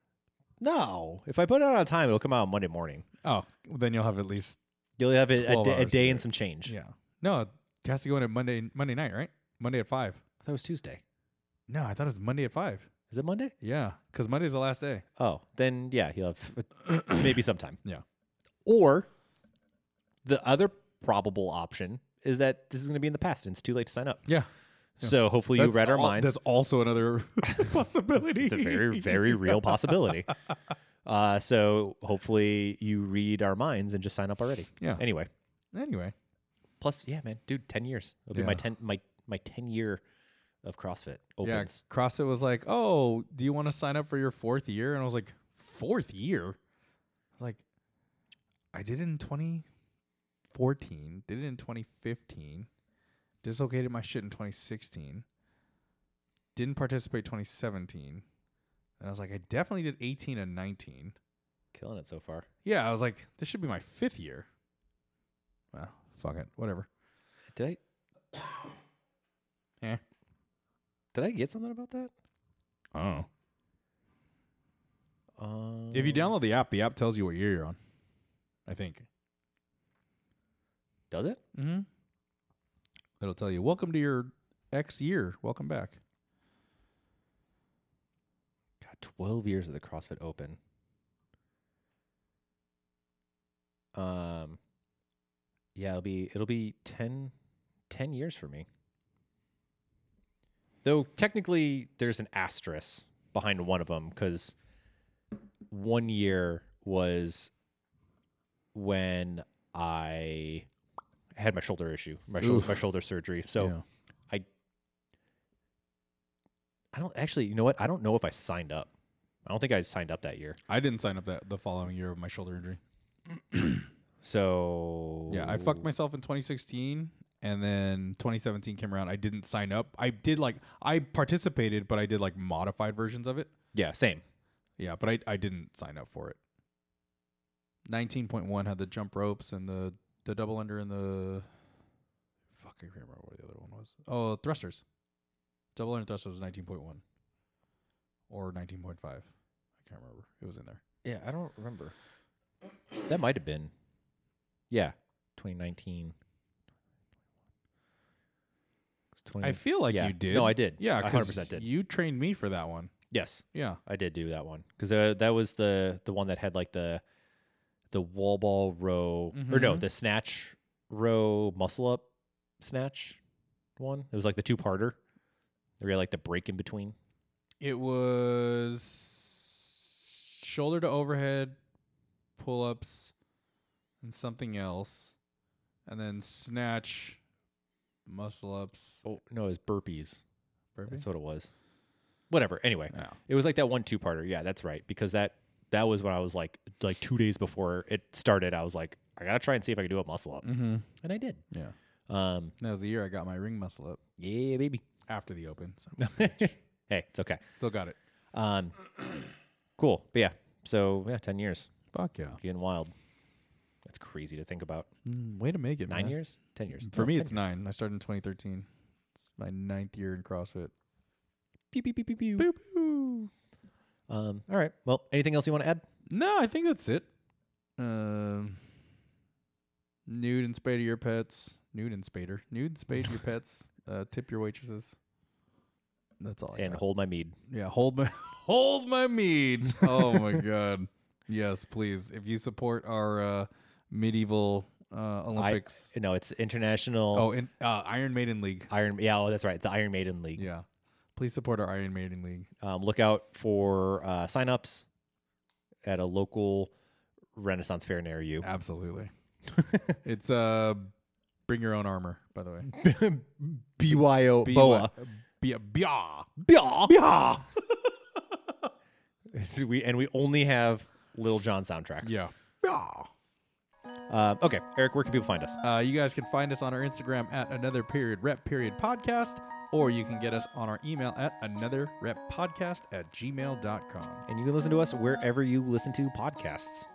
No, if I put it out on time, it'll come out on Monday morning. Oh, then you'll have at least You'll have it a, 12 da- a hours day to and do some change. Yeah. No, it has to go in at Monday Monday night, right? Monday at five. That was Tuesday. No, I thought it was Monday at five. Is it Monday? Yeah, because Monday's the last day. Oh, then yeah, you'll have uh, [COUGHS] maybe sometime. Yeah. Or the other probable option is that this is going to be in the past and it's too late to sign up. Yeah. So hopefully you read our al- minds. That's also another [LAUGHS] possibility. it's a very very real possibility uh, so hopefully you read our minds and just sign up already Yeah. anyway [LAUGHS] Anyway, plus yeah man dude 10 years it'll be my Yeah. 10 my my 10 year of crossfit yeah, opens CrossFit was like, "Oh, do you want to sign up for your fourth year?" And I was like, fourth year?" I was like, "I did it in 2014. Did it in 2015. Dislocated my shit in 2016. Didn't participate 2017." And I was like, "I definitely did 18 and 19." killing it so far Yeah, I was like, "This should be my fifth year." Well, fuck it. Whatever. Did I Eh. did I get something about that? I don't know. Um, If you download the app, the app tells you what year you're on. I think. does it? Mm-hmm. It'll tell you, welcome to your X year. Welcome back. God, twelve years of the CrossFit Open. Um, yeah, it'll be it'll be 10, 10 years for me. Though technically, there's an asterisk behind one of them because one year was when I had my shoulder issue, my, shou- Oof. my shoulder surgery. So. Yeah. I don't actually. You know what? I don't know if I signed up. I don't think I signed up that year. I didn't sign up that the following year of my shoulder injury. So Yeah, I fucked myself in 2016, and then 2017 came around. I didn't sign up. I did like I participated, but I did like modified versions of it. Yeah, same. Yeah, but I I didn't sign up for it. 19.1 had the jump ropes and the the double under and the fuck I can't remember what the other one was. Oh, thrusters. Double under thrusters was 19.1 or 19.5. I can't remember. It was in there. Yeah, I don't remember. That might have been. Yeah, 2019. It's 20 I feel like yeah. you did. No, I did. Yeah, I 'cause 100% did. You trained me for that one. yes, Yeah. I did do that one because uh, that was the the one that had like the the wall ball row or no Mhm. the snatch row muscle up snatch one. It was like the two parter. We had like the break in between. It was shoulder to overhead pull ups and something else, and then snatch, muscle ups. Oh no, it was burpees. burpee? That's what it was. Whatever. Anyway, Yeah. it was like that one two parter. Yeah, that's right. Because that that was when I was like like two days before it started. I was like, I gotta try and see if I can do a muscle up, Mm-hmm. and I did. Yeah. Um, That was the year I got my ring muscle up yeah, [LAUGHS] baby. after the open. [LAUGHS] So hey, it's okay. still got it. Um, cool. But yeah, so yeah, ten years Fuck yeah. getting wild. That's crazy to think about. Mm, way to make it. Nine man. years, ten years. For No, me, 10 it's years. nine. I started in 2013. It's my ninth year in CrossFit. Pew, pew, pew, pew, pew. Boop, boop. Um, all right. Well, anything else you want to add? No, I think that's it. Um, nude and spade your pets. Nude and spader. Nude spade your pets. Uh, tip your waitresses. That's all. I and got. hold my mead. yeah, hold my [LAUGHS] hold my mead. Oh my god. Yes, please. If you support our uh, medieval uh, Olympics. No, it's international oh, and uh, Iron Maiden League. Iron. Yeah, oh, that's right. The Iron Maiden League. Yeah, please support our Iron Maiden League. Um, look out for uh, signups at a local Renaissance fair near you. Absolutely. it's uh, bring your own armor. By the way, BYO B- BOA. B- Bia. BOA. Yeah. [LAUGHS] we, and we only have Little John soundtracks. Yeah. Uh, okay, Eric, where can people find us? Uh, you guys can find us on our Instagram at another period rep period podcast, or you can get us on our email at another rep podcast at gmail.com. And you can listen to us wherever you listen to podcasts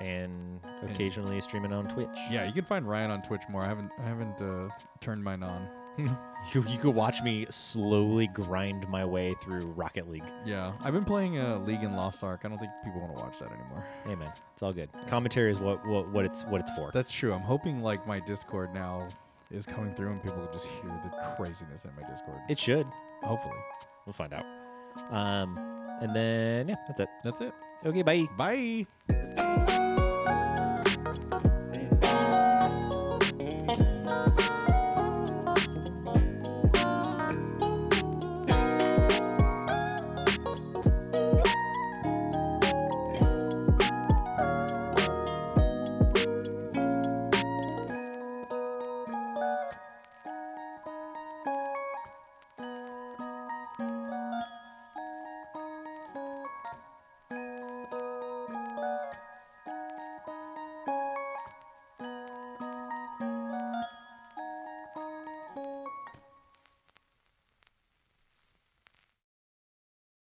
and occasionally streaming on Twitch. Yeah, you can find Ryan on Twitch more. I haven't I haven't uh, turned mine on. [LAUGHS] You, you can watch me slowly grind my way through Rocket League. Yeah, I've been playing uh, League and Lost Ark. I don't think people want to watch that anymore. Hey, man, it's all good. Commentary is what, what, what, it's, what it's for. That's true. I'm hoping like my Discord now is coming through and people will just hear the craziness in my Discord. It should. Hopefully, We'll find out. Um, and then yeah, that's it. that's it. Okay, bye. Bye.